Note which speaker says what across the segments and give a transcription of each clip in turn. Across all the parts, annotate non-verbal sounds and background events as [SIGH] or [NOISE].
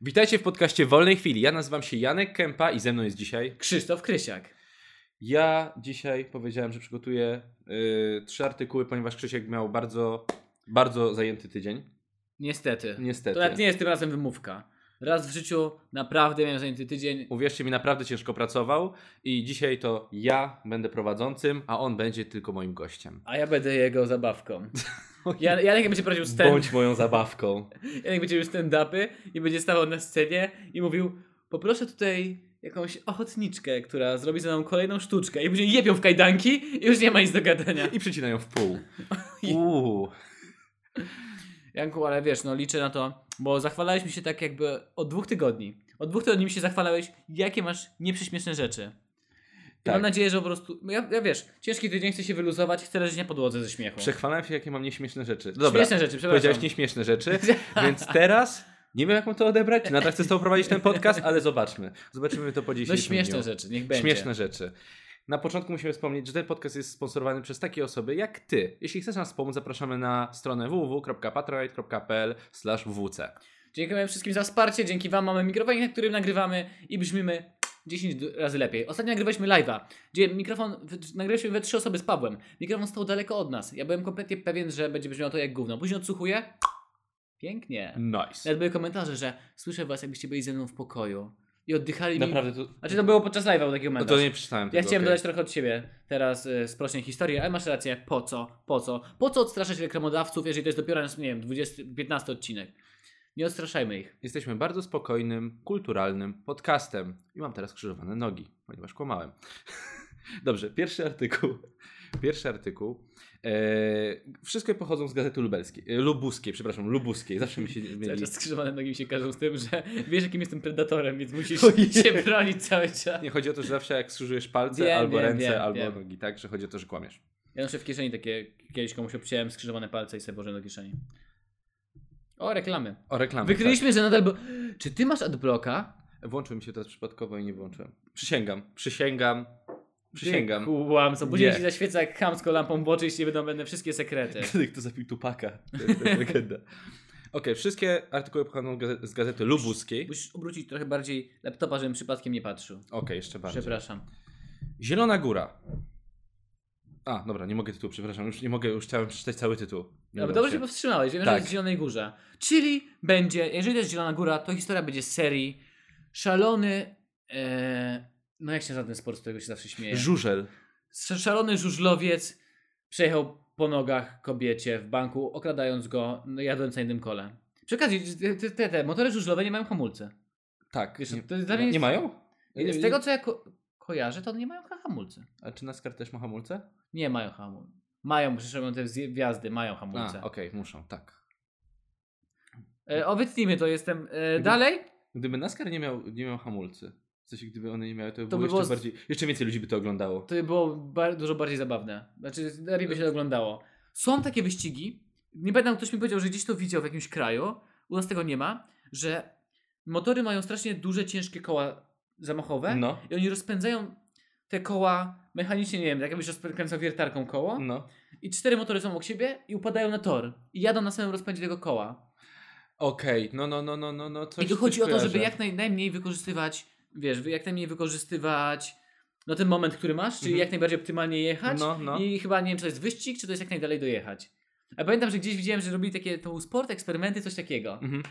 Speaker 1: Witajcie w podcaście Wolnej Chwili. Ja nazywam się Janek Kępa i ze mną jest dzisiaj.
Speaker 2: Krzysztof Krysiak.
Speaker 1: Ja dzisiaj powiedziałem, że przygotuję y, trzy artykuły, ponieważ Krzysiek miał bardzo, bardzo zajęty tydzień.
Speaker 2: Niestety.
Speaker 1: Niestety.
Speaker 2: To nawet nie jest tym razem wymówka. Raz w życiu naprawdę miałem zajęty tydzień.
Speaker 1: Uwierzcie mi, naprawdę ciężko pracował i dzisiaj to ja będę prowadzącym, a on będzie tylko moim gościem.
Speaker 2: A ja będę jego zabawką. Jan- Janek będzie prowadził stand
Speaker 1: Bądź moją zabawką.
Speaker 2: Janek będzie robił stand-upy i będzie stawał na scenie i mówił poproszę tutaj jakąś ochotniczkę, która zrobi za mną kolejną sztuczkę i później jebią w kajdanki i już nie ma nic do gadania.
Speaker 1: I przycinają w
Speaker 2: [LAUGHS]
Speaker 1: pół. Uuu.
Speaker 2: Janku, ale wiesz, no liczę na to, bo zachwalałeś mi się tak jakby od dwóch tygodni. Od dwóch tygodni mi się zachwalałeś, jakie masz nieprzyśmieszne rzeczy.
Speaker 1: Tak.
Speaker 2: I mam nadzieję, że po prostu. no Ja, ja wiesz, ciężki tydzień chcę się wyluzować, chcę leżeć na podłodze ze śmiechu.
Speaker 1: Przechwalałem się, jakie mam nieśmieszne rzeczy. Dobra,
Speaker 2: Śmieszne rzeczy, przepraszam.
Speaker 1: powiedziałeś nieśmieszne rzeczy,
Speaker 2: [LAUGHS]
Speaker 1: więc teraz nie wiem, jak mam to odebrać. Nadal chcę z tobą prowadzić ten podcast, ale zobaczmy. Zobaczymy to po
Speaker 2: No
Speaker 1: dzisiejszym
Speaker 2: śmieszne
Speaker 1: dniu.
Speaker 2: rzeczy, niech będzie.
Speaker 1: Śmieszne rzeczy. Na początku musimy wspomnieć, że ten podcast jest sponsorowany przez takie osoby jak ty. Jeśli chcesz nas pomóc, zapraszamy na stronę www.patreon.pl/wc.
Speaker 2: Dziękujemy wszystkim za wsparcie, dzięki Wam mamy mikrofonik, na którym nagrywamy i brzmimy 10 d- razy lepiej. Ostatnio nagrywaliśmy live'a, gdzie mikrofon, w- nagrywaliśmy we trzy osoby z Pawłem. Mikrofon stał daleko od nas. Ja byłem kompletnie pewien, że będzie brzmiało to jak gówno. Później odsłuchuję. Pięknie.
Speaker 1: Nice.
Speaker 2: Nawet były komentarze, że słyszę Was, jakbyście byli ze mną w pokoju i oddychali mi...
Speaker 1: Naprawdę to,
Speaker 2: Znaczy to było podczas live'a był taki
Speaker 1: no
Speaker 2: moment.
Speaker 1: to nie przeczytałem tego.
Speaker 2: Ja chciałem
Speaker 1: okej.
Speaker 2: dodać trochę od siebie teraz y, sprośnię historię, ale masz rację, po co, po co, po co odstraszać reklamodawców, jeżeli to jest dopiero, nie wiem, 20, 15 odcinek. Nie odstraszajmy ich.
Speaker 1: Jesteśmy bardzo spokojnym, kulturalnym podcastem. I mam teraz krzyżowane nogi, ponieważ kłamałem. [LAUGHS] Dobrze, pierwszy artykuł. Pierwszy artykuł. Eee, wszystkie pochodzą z gazety lubelskiej. e, Lubuskiej, przepraszam, lubuskiej. Zawsze mi
Speaker 2: [LAUGHS]
Speaker 1: się
Speaker 2: Cały
Speaker 1: myli.
Speaker 2: czas skrzyżowane nogi mi się każą z tym, że [LAUGHS] wiesz jakim jestem predatorem, więc musisz
Speaker 1: Ojej.
Speaker 2: się bronić cały czas.
Speaker 1: Nie chodzi o to, że zawsze jak skrzyżujesz palce
Speaker 2: Wiem,
Speaker 1: albo
Speaker 2: wiem,
Speaker 1: ręce,
Speaker 2: wiem,
Speaker 1: albo
Speaker 2: wiem.
Speaker 1: nogi, tak? Że chodzi o to, że kłamiesz.
Speaker 2: Ja noszę w kieszeni takie, kiedyś komuś obcięłem skrzyżowane palce i sobie włożyłem do kieszeni. O, reklamy.
Speaker 1: O reklamę.
Speaker 2: Wykryliśmy, że nadal... Bo... Czy ty masz adblocka?
Speaker 1: Tak. Włączył mi się teraz przypadkowo i nie włączyłem. Przysięgam, przysięgam, przysięgam.
Speaker 2: Kłam, co później
Speaker 1: Nie.
Speaker 2: ci zaświeca jak chamsko lampą w oczy i ci będą będą wszystkie
Speaker 1: [LAUGHS]
Speaker 2: sekrety.
Speaker 1: Kiedy kto zabił Tupaka. To jest legenda. [LAUGHS] Okej, wszystkie artykuły pochodzą gaze- z gazety lubuskiej.
Speaker 2: Musisz obrócić trochę bardziej laptopa, żebym przypadkiem nie patrzył.
Speaker 1: Okej, jeszcze bardziej.
Speaker 2: Przepraszam.
Speaker 1: Zielona Góra. A, dobra, nie mogę tytułu, przepraszam. Już nie mogę, już chciałem przeczytać cały tytuł. Nie
Speaker 2: No,
Speaker 1: udało
Speaker 2: dobrze
Speaker 1: się.
Speaker 2: się powstrzymałeś, wiem, że
Speaker 1: Tak.
Speaker 2: jest w Zielonej Górze. Czyli będzie, jeżeli to jest Zielona Góra, to historia będzie z serii Szalony... E, no jak się żaden sport, z którego się zawsze śmieje.
Speaker 1: Żużel.
Speaker 2: Szalony żużlowiec przejechał po nogach kobiecie w banku, okradając go, no, jadąc na jednym kole. Przy okazji, te, te, te, te motory żużlowe nie mają hamulce.
Speaker 1: Tak.
Speaker 2: Wiesz,
Speaker 1: nie,
Speaker 2: to jest dla mnie
Speaker 1: nie
Speaker 2: jest-
Speaker 1: mają? Nie-
Speaker 2: Z
Speaker 1: nie-
Speaker 2: tego, co ja ko- kojarzę, to one nie mają hamulce.
Speaker 1: A czy NASCAR też ma hamulce?
Speaker 2: Nie mają hamulce. Mają, przecież robią te zje- wjazdy, mają
Speaker 1: A,
Speaker 2: hamulce.
Speaker 1: okej, muszą, tak.
Speaker 2: E, o, wytnijmy to, jestem. E,
Speaker 1: Mhm.
Speaker 2: dalej?
Speaker 1: Gdyby NASCAR nie miał, nie miał hamulcy, w sensie gdyby one nie miały, to, by
Speaker 2: by
Speaker 1: było jeszcze
Speaker 2: było z-
Speaker 1: bardziej, jeszcze więcej ludzi by to oglądało.
Speaker 2: To by było bar- dużo bardziej zabawne. Znaczy, lepiej by się to oglądało. Są takie wyścigi. Nie pamiętam, ktoś mi powiedział, że gdzieś to widział w jakimś kraju. U nas tego nie ma, że motory mają strasznie duże, ciężkie koła zamachowe
Speaker 1: No,
Speaker 2: i oni rozpędzają te koła mechanicznie, nie wiem, tak jakbyś rozkręcał wiertarką koło
Speaker 1: no.
Speaker 2: i cztery motory są obok siebie i upadają na tor i jadą na samym rozpędzie tego koła.
Speaker 1: Okej, no, no, no, no, no, no, coś
Speaker 2: I tu chodzi o
Speaker 1: coś
Speaker 2: to, żeby
Speaker 1: kojarzę.
Speaker 2: jak naj, najmniej wykorzystywać, wiesz, jak najmniej wykorzystywać no ten moment, który masz, czyli
Speaker 1: Mhm.
Speaker 2: jak najbardziej optymalnie jechać.
Speaker 1: No, no.
Speaker 2: I chyba nie wiem, czy to jest wyścig, czy to jest jak najdalej dojechać. A pamiętam, że gdzieś widziałem, że robili takie, to był sport, eksperymenty, coś takiego.
Speaker 1: Mhm.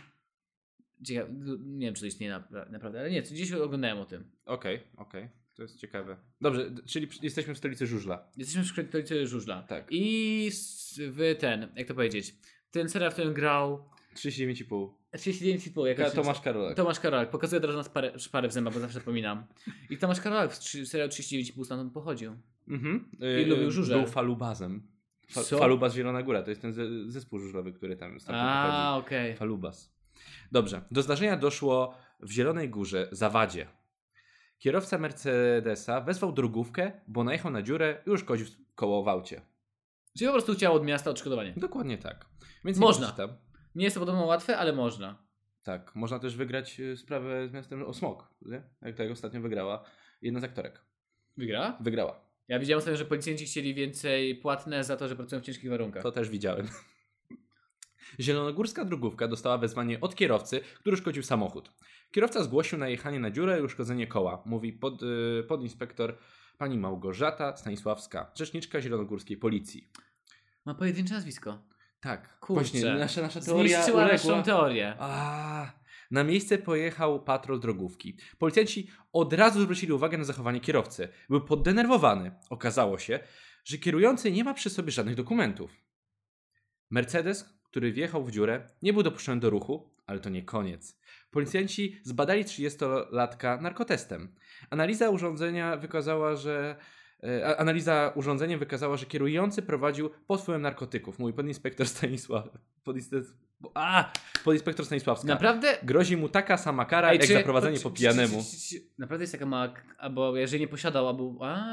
Speaker 2: Ciekawe, nie wiem, czy to istnieje napra- naprawdę, ale nie, gdzieś oglądałem o tym.
Speaker 1: Okej, okej, to jest ciekawe. Dobrze, d- czyli przy- jesteśmy w stolicy Żużla.
Speaker 2: Jesteśmy w szkole żużla.
Speaker 1: Tak.
Speaker 2: I s- w ten, jak to powiedzieć, ten serial, w którym grał
Speaker 1: 39,5.
Speaker 2: 39 Football, jak
Speaker 1: Ka-
Speaker 2: to się
Speaker 1: Tomasz Karolak.
Speaker 2: Tomasz Karolak, pokazuję teraz nas parę, szparę w zęba, bo zawsze zapominam. I Tomasz Karolak w trzy- serialu 39,5 stamtąd pochodził.
Speaker 1: Mhm.
Speaker 2: I lubił żużel.
Speaker 1: Był falubazem. Fa
Speaker 2: Co?
Speaker 1: Falubaz Zielona Góra to jest ten ze- zespół żużlowy, który tam stamtąd
Speaker 2: A,
Speaker 1: pochodzi.
Speaker 2: okej.
Speaker 1: Falubaz. Dobrze. Do zdarzenia doszło w Zielonej Górze, Zawadzie. Kierowca Mercedesa wezwał drogówkę, bo najechał na dziurę i uszkodził koło w aucie.
Speaker 2: Czyli po prostu chciał od miasta odszkodowanie.
Speaker 1: Dokładnie tak. Więc
Speaker 2: Można.
Speaker 1: Nie przeczytam.
Speaker 2: Nie jest to podobno łatwe, ale można.
Speaker 1: tak. Można też wygrać y, sprawę z miastem o smog, nie? jak tak ostatnio wygrała jedna z aktorek.
Speaker 2: Wygra?
Speaker 1: Wygrała.
Speaker 2: Ja widziałem sobie, że policjanci chcieli więcej płatne za to, że pracują w ciężkich warunkach.
Speaker 1: To też widziałem. [LAUGHS] Zielonogórska drogówka dostała wezwanie od kierowcy, który uszkodził samochód. Kierowca zgłosił najechanie na dziurę i uszkodzenie koła, mówi pod, y, podinspektor pani Małgorzata Stanisławska, rzeczniczka zielonogórskiej policji.
Speaker 2: Ma pojedyncze nazwisko.
Speaker 1: Tak,
Speaker 2: Kurczę.
Speaker 1: właśnie nasza, nasza teoria
Speaker 2: Zniszczyła naszą
Speaker 1: uległa.
Speaker 2: teorię.
Speaker 1: A, na miejsce pojechał patrol drogówki. Policjanci od razu zwrócili uwagę na zachowanie kierowcy. Był poddenerwowany. Okazało się, że kierujący nie ma przy sobie żadnych dokumentów. Mercedes, który wjechał w dziurę, nie był dopuszczony do ruchu, ale to nie koniec. Policjanci zbadali 30-latka narkotestem. Analiza urządzenia wykazała, że e, a- Analiza urządzenia wykazała, że kierujący prowadził pod wpływem narkotyków. Mój podinspektor [LAUGHS] Stanisław. Podinspektor, a, podinspektor Stanisławska.
Speaker 2: Naprawdę
Speaker 1: Grozi mu taka sama kara, jak
Speaker 2: czy-
Speaker 1: za prowadzenie
Speaker 2: czy-
Speaker 1: po
Speaker 2: czy-
Speaker 1: pijanemu.
Speaker 2: czy- czy- czy- Naprawdę jest taka mała, k- albo jeżeli nie posiadał, albo... A,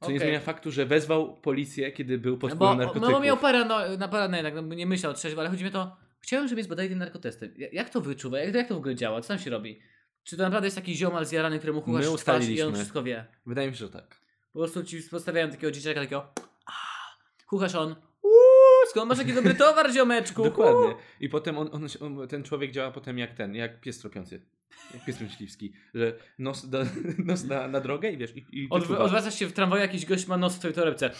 Speaker 1: Co nie
Speaker 2: okej.
Speaker 1: zmienia faktu, że wezwał policję, kiedy był pod
Speaker 2: No
Speaker 1: wpływem
Speaker 2: Bo,
Speaker 1: narkotyków.
Speaker 2: no, bo miał parano, na paranoję, jednak, no, bo nie myślał trzeźwo, ale chodzi mi o to, chciałem, żeby mnie zbadali tym narkotestem. Ja- Jak to wyczuwa? Jak, jak to w ogóle działa? Co tam się robi? Czy to naprawdę jest taki ziomal zjarany, któremu
Speaker 1: My
Speaker 2: chuchasz w twarz i on
Speaker 1: ustaliliśmy.
Speaker 2: wszystko wie?
Speaker 1: Wydaje mi się, że tak.
Speaker 2: Po prostu ci postawiają takiego dzieciaka, takiego... "A", Chuchasz on... Uuu, skąd masz taki dobry towar, ziomeczku?
Speaker 1: Dokładnie. I potem on, on, się- on, ten człowiek działa potem jak ten, jak pies tropiący. Jak pies myśliwski. Że nos, da, [LAUGHS] nos na, na drogę i wiesz, i, tak. i
Speaker 2: Od,
Speaker 1: wyczuwa.
Speaker 2: odwracasz się w tramwaju, jakiś gość ma nos w twojej torebce.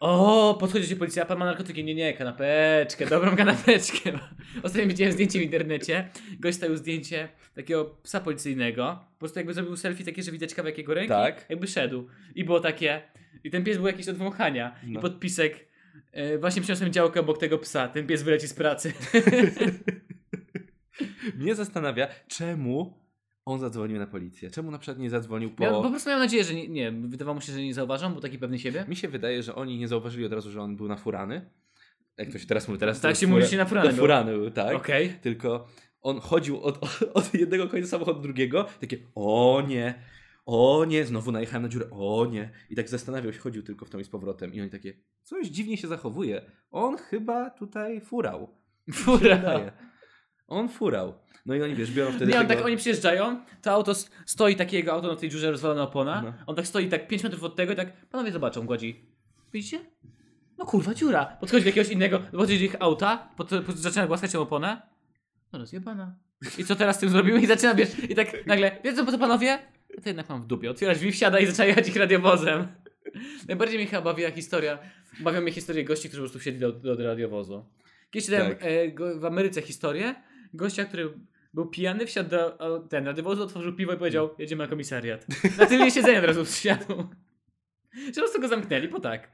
Speaker 2: O, podchodzi do ciebie policja, a pan ma narkotyki. Nie, nie, kanapeczkę, dobrą [LAUGHS] kanapeczkę. Ostatnio widziałem zdjęcie w internecie. Gość stawił zdjęcie takiego psa policyjnego. Po prostu jakby zrobił selfie takie, że widać kawałek jego ręki.
Speaker 1: Tak.
Speaker 2: Jakby szedł. I było takie. I ten pies był jakiś od wąchania.
Speaker 1: No.
Speaker 2: I podpisek. E, właśnie przyniosłem działkę obok tego psa. Ten pies wyleci z pracy.
Speaker 1: Mnie zastanawia, czemu on zadzwonił na policję. Czemu na przykład nie zadzwonił po...
Speaker 2: Ja po prostu miałem nadzieję, że nie, nie. Wydawało mu się, że nie zauważam, był taki pewny siebie.
Speaker 1: Mi się wydaje, że oni nie zauważyli od razu, że on był na furany. Jak to się teraz mówi? Teraz
Speaker 2: Tak
Speaker 1: to
Speaker 2: się
Speaker 1: fura-
Speaker 2: mówi, że się na furany
Speaker 1: Na
Speaker 2: był.
Speaker 1: furany był, tak.
Speaker 2: Okej. [LAUGHS]
Speaker 1: tylko on chodził od, [LAUGHS] od jednego końca samochodu do drugiego, takie o nie, o nie, znowu najechałem na dziurę, o nie. I tak zastanawiał się, chodził tylko w tą i z powrotem. I oni takie, coś dziwnie się zachowuje. On chyba tutaj furał.
Speaker 2: Fura.
Speaker 1: Wydaje. On furał. No i oni, wiesz, biorą wtedy
Speaker 2: Tak. Nie, on
Speaker 1: tego...
Speaker 2: tak, oni przyjeżdżają, to auto s- stoi, takie jego auto na tej dziurze rozwalona opona,
Speaker 1: No.
Speaker 2: on tak stoi tak 5 metrów od tego i tak, panowie zobaczą, gładzi. Widzicie? No kurwa, dziura. Podchodzi do jakiegoś innego, podchodzi do ich auta, pod, pod, zaczyna głaskać tę oponę. No rozjebana. I co teraz z tym zrobimy? I zaczyna, wiesz, i tak nagle, wiedzą po co panowie? A to jednak mam w dupie. Otwiera drzwi, wsiada i zaczyna jechać ich radiowozem. Najbardziej mnie chyba bawiła historia, bawią mnie historie gości, którzy po prostu wsiedli do, do radiowozu. Kiedyś czytałem
Speaker 1: Tak.
Speaker 2: e, go, w Ameryce historię gościa, który był pijany, wsiadł do o, ten radiowozu, otworzył piwo i powiedział, jedziemy na komisariat. Na tylnie siedzenia od razu wsiadł. Że po prostu go zamknęli, bo tak.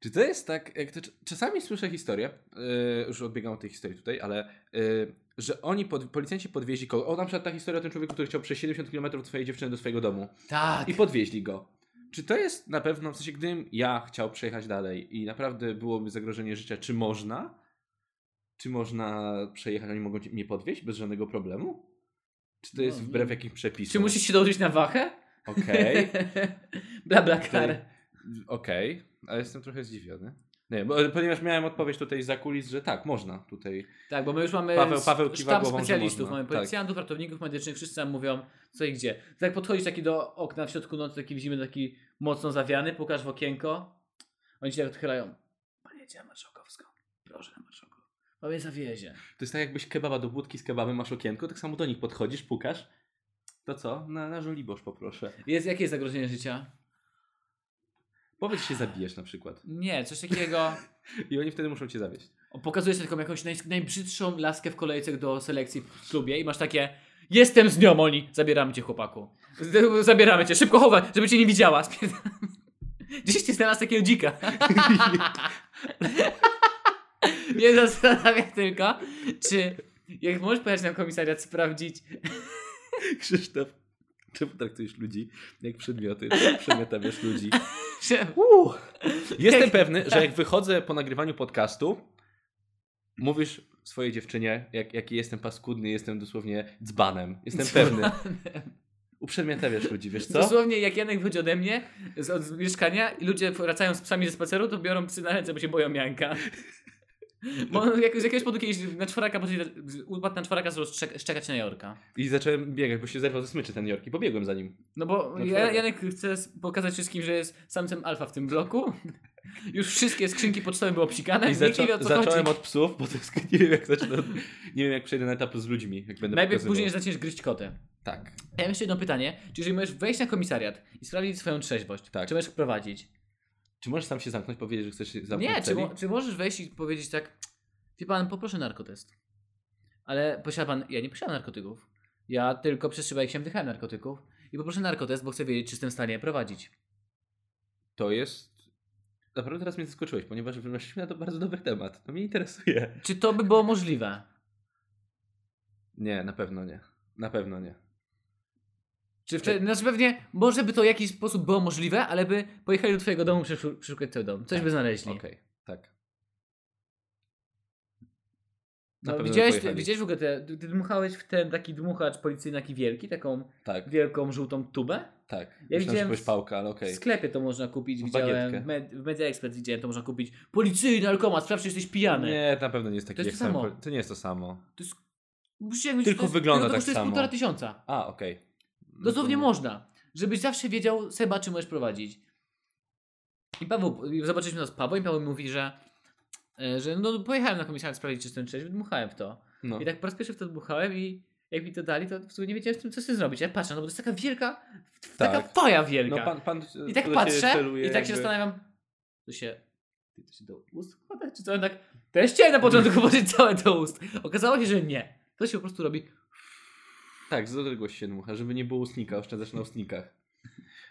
Speaker 1: Czy to jest tak, jak to, czasami słyszę historię, yy, już odbiegam od tej historii tutaj, ale yy, że oni, pod, policjanci podwieźli kogo. O, na przykład ta historia o tym człowieku, który chciał przez 70 km od swojej dziewczyny do swojego domu.
Speaker 2: Tak.
Speaker 1: i podwieźli go. Czy to jest na pewno, w sensie gdybym ja chciał przejechać dalej i naprawdę byłoby zagrożenie życia, czy można? Czy można przejechać, oni mogą ci- mnie podwieźć bez żadnego problemu? Czy to jest
Speaker 2: No,
Speaker 1: wbrew
Speaker 2: no.
Speaker 1: jakimś przepisom?
Speaker 2: Czy musisz się dołożyć na wachę?
Speaker 1: Okej,
Speaker 2: [LAUGHS] bla, bla, kar.
Speaker 1: okej, ale jestem trochę zdziwiony. Nie, bo, e, ponieważ miałem odpowiedź tutaj za kulis, że tak, można tutaj.
Speaker 2: Tak, bo my już mamy
Speaker 1: Paweł-
Speaker 2: s-
Speaker 1: Paweł kiwa
Speaker 2: sztab
Speaker 1: głową, że
Speaker 2: specjalistów,
Speaker 1: można.
Speaker 2: mamy
Speaker 1: Tak.
Speaker 2: policjantów, ratowników medycznych, wszyscy nam mówią co i gdzie. Tak podchodzisz taki do okna w środku nocy, taki w zimie, taki mocno zawiany, pokaż w okienko, oni ci tak odchylają. Pan jedzie na Marszałkowską, proszę na Marszałkowską, pan mnie zawiezie.
Speaker 1: To jest tak jakbyś kebaba do budki z kebabem masz okienko, tak samo do nich podchodzisz, pukasz. To co? Na, na żoliborz poproszę.
Speaker 2: Jest, jakie jest zagrożenie życia?
Speaker 1: Powiedz, że się zabijesz na przykład.
Speaker 2: Nie, coś takiego,
Speaker 1: I oni wtedy muszą cię zawieźć.
Speaker 2: o, pokazujesz taką jakąś naj, najbrzydszą laskę w kolejce do selekcji w klubie i masz takie, jestem z nią oni, zabieramy cię chłopaku. Z- Zabieramy cię, szybko chowaj, żeby cię nie widziała. Spierdam. [LAUGHS] Gdzieś ty znalazł takiego dzika. [LAUGHS] Mnie zastanawia tylko, czy jak możesz pojechać na komisariat sprawdzić.
Speaker 1: Krzysztof, czemu traktujesz ludzi jak przedmioty? Przedmiotawiasz ludzi.
Speaker 2: Że...
Speaker 1: Jestem pewny, że
Speaker 2: [LAUGHS]
Speaker 1: jak wychodzę po nagrywaniu podcastu, mówisz swojej dziewczynie, jak, jaki jestem paskudny, jestem dosłownie dzbanem. Jestem pewny. Uprzedmiotawiasz ludzi, wiesz co?
Speaker 2: Dosłownie jak Janek wychodzi ode mnie
Speaker 1: [LAUGHS]
Speaker 2: z, od, z mieszkania i ludzie wracają z psami ze spaceru, to biorą psy na ręce, bo się boją Janka. Bo jak, z jakiegoś powodu kiedyś na czworaka poszedł, upadł na czworaka, zaczął szczek- szczekać na Jorka.
Speaker 1: I zacząłem biegać, bo się zerwał ze smyczy ten Jorki. Pobiegłem za nim.
Speaker 2: No bo
Speaker 1: Na
Speaker 2: ja,
Speaker 1: czworaka.
Speaker 2: Janek chce s- pokazać wszystkim, że jest samcem alfa w tym bloku. [LAUGHS] Już wszystkie skrzynki pocztowe były obsikane.
Speaker 1: I
Speaker 2: I nikt
Speaker 1: zaczą
Speaker 2: nie wie Tak, o co
Speaker 1: zacząłem
Speaker 2: chodzi.
Speaker 1: od psów, bo to jest, [LAUGHS] nie wiem jak zacznę, nie wiem jak przejdę na etap z ludźmi, jak będę
Speaker 2: Najpierw
Speaker 1: pokazywał.
Speaker 2: później zaczniesz gryźć kotę.
Speaker 1: Tak.
Speaker 2: Ja mam jeszcze jedno pytanie. Czy jeżeli możesz wejść na komisariat i sprawdzić swoją trzeźwość,
Speaker 1: Tak.
Speaker 2: czy możesz prowadzić?
Speaker 1: Czy możesz sam się zamknąć, powiedzieć, że chcesz się zamknąć
Speaker 2: Nie,
Speaker 1: w
Speaker 2: czy,
Speaker 1: celi?
Speaker 2: mo- czy możesz wejść i powiedzieć tak, wie pan, poproszę narkotest. Ale posiada pan, ja nie posiadam narkotyków. Ja tylko przez szybę, jak się wdychałem narkotyków. I poproszę narkotest, bo chcę wiedzieć, czy jestem w stanie prowadzić.
Speaker 1: To jest... Naprawdę teraz mnie zaskoczyłeś, ponieważ wymyśliłeś na to bardzo dobry temat. To mnie interesuje.
Speaker 2: Czy to by było możliwe?
Speaker 1: Nie, na pewno nie. Na pewno nie.
Speaker 2: Czy wtedy, znaczy pewnie, może by to w jakiś sposób było możliwe, ale by pojechali do twojego domu przeszu- przeszukać twój dom. Coś by znaleźli.
Speaker 1: Okej, tak. Na
Speaker 2: No,
Speaker 1: pewno by
Speaker 2: widziałeś,
Speaker 1: pojechali.
Speaker 2: widziałeś w ogóle te, ty, ty dmuchałeś w ten taki dmuchacz policyjny, taki wielki, taką
Speaker 1: Tak,
Speaker 2: wielką żółtą tubę?
Speaker 1: tak. Ja Myślałem, że
Speaker 2: widziałem
Speaker 1: powiesz
Speaker 2: w-
Speaker 1: pałka, ale okej.
Speaker 2: W sklepie to można kupić,
Speaker 1: W
Speaker 2: widziałem,
Speaker 1: bagietkę.
Speaker 2: w med, w Media Expert widziałem, to można kupić. Policyjny alkomat, sprawdź, czy jesteś pijany.
Speaker 1: Nie, na pewno nie jest taki
Speaker 2: To jest
Speaker 1: jak
Speaker 2: to
Speaker 1: sam
Speaker 2: samo.
Speaker 1: pol- To nie jest to samo.
Speaker 2: To jest, musisz jakby-
Speaker 1: Tylko
Speaker 2: to jest,
Speaker 1: wygląda
Speaker 2: tylko
Speaker 1: tak
Speaker 2: to jest
Speaker 1: samo.
Speaker 2: półtora tysiąca.
Speaker 1: A, okej. No to
Speaker 2: Dosłownie
Speaker 1: nie-
Speaker 2: można, żebyś zawsze wiedział, Seba, czy możesz prowadzić. I Paweł, i zobaczyliśmy to z Pawłem i Paweł mówi, że, e, że no pojechałem na komisariat sprawdzić, czy jestem trzeźwy, dmuchałem w to.
Speaker 1: No.
Speaker 2: I tak po raz pierwszy w to dmuchałem i jak mi to dali, to w sumie nie wiedziałem z tym, co z tym zrobić. Ja patrzę, no bo to jest taka wielka, taka
Speaker 1: Tak.
Speaker 2: faja wielka.
Speaker 1: No pan, pan
Speaker 2: I tak
Speaker 1: do ciebie
Speaker 2: patrzę i
Speaker 1: celuje
Speaker 2: tak się
Speaker 1: jakby-
Speaker 2: zastanawiam, to się, ty to się do ust wkłada, czy to tak, to ja chciałem na początku [LAUGHS] włożyć całe do ust. Okazało się, że nie. To się po prostu robi,
Speaker 1: Tak, z odległości się dmucha, żeby nie było ustnika, oszczędzasz na ustnikach.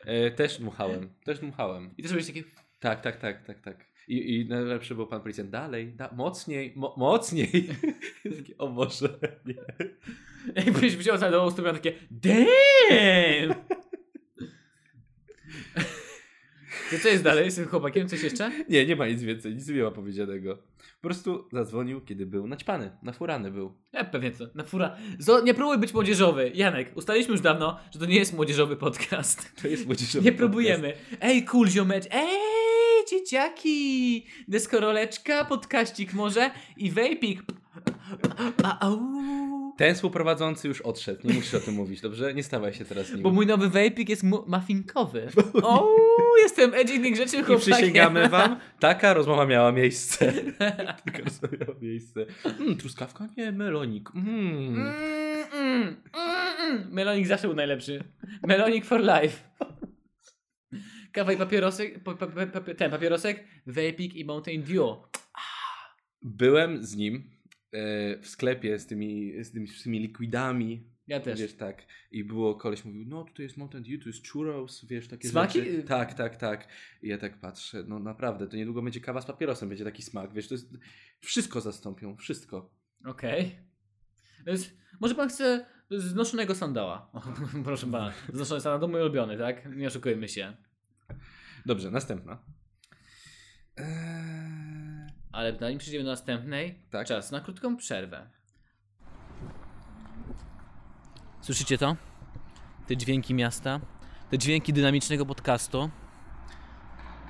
Speaker 1: E, też dmuchałem, też dmuchałem.
Speaker 2: i to robisz takie, [LAUGHS]
Speaker 1: Tak, tak, tak, tak, tak. I, i najlepszy był pan policjant, dalej, da, mocniej, mo, mocniej. [LAUGHS] Takie, o Boże, nie.
Speaker 2: jakbyś wziął całe do ust, to miał takie, damn! [LAUGHS] To co jest dalej z tym chłopakiem? Coś jeszcze?
Speaker 1: nie, nie ma nic więcej, nic nie ma powiedzianego. Po prostu zadzwonił, kiedy był naćpany, nafurany był.
Speaker 2: Ja E, pewnie to, na fura. Zo, nie próbuj być młodzieżowy. Janek, ustaliliśmy już dawno, że to nie jest młodzieżowy podcast.
Speaker 1: To jest młodzieżowy
Speaker 2: Nie
Speaker 1: podcast.
Speaker 2: próbujemy. Ej, kul ziomecz. Ej, dzieciaki. Deskoroleczka, podkaścik może i wejpik. A, au.
Speaker 1: Ten współprowadzący już odszedł, nie musisz o tym mówić, dobrze? Nie stawaj się teraz nim.
Speaker 2: Bo mój nowy wejpik jest mu-
Speaker 1: [LAUGHS]
Speaker 2: muffinkowy. O, jestem edgy grzeczny
Speaker 1: I
Speaker 2: chłopak.
Speaker 1: przysięgamy
Speaker 2: [LAUGHS]
Speaker 1: wam, taka rozmowa miała miejsce. [LAUGHS] taka rozmowa miała miejsce. Mm, truskawka? Nie, melonik. Mm.
Speaker 2: Mm, mm, mm, mm. Melonik zawsze był najlepszy. Melonik for life. Kawa i papierosek, pa, pa, pa, pa, ten papierosek, wejpik i Mountain Dew.
Speaker 1: Byłem z nim e, w sklepie z tymi, z tymi, z tymi liquidami.
Speaker 2: Ja też.
Speaker 1: Wiesz, tak. I było, koleś mówił, no tutaj jest Mountain Dew, tu jest churros, wiesz, takie
Speaker 2: Smaki?
Speaker 1: rzeczy. Tak, tak, tak. I ja tak patrzę, no naprawdę, to niedługo będzie kawa z papierosem, będzie taki smak, wiesz, to jest... Wszystko zastąpią, wszystko.
Speaker 2: Okej. Więc Może pan chce znoszonego sandała. [LAUGHS] O, proszę pana, znoszony sandał to mój ulubiony, tak? Nie oszukujmy się.
Speaker 1: Dobrze, następna. Eee...
Speaker 2: Ale zanim przejdziemy do następnej,
Speaker 1: Tak.
Speaker 2: czas na krótką przerwę. Słyszycie to? Te dźwięki miasta, te dźwięki dynamicznego podcastu.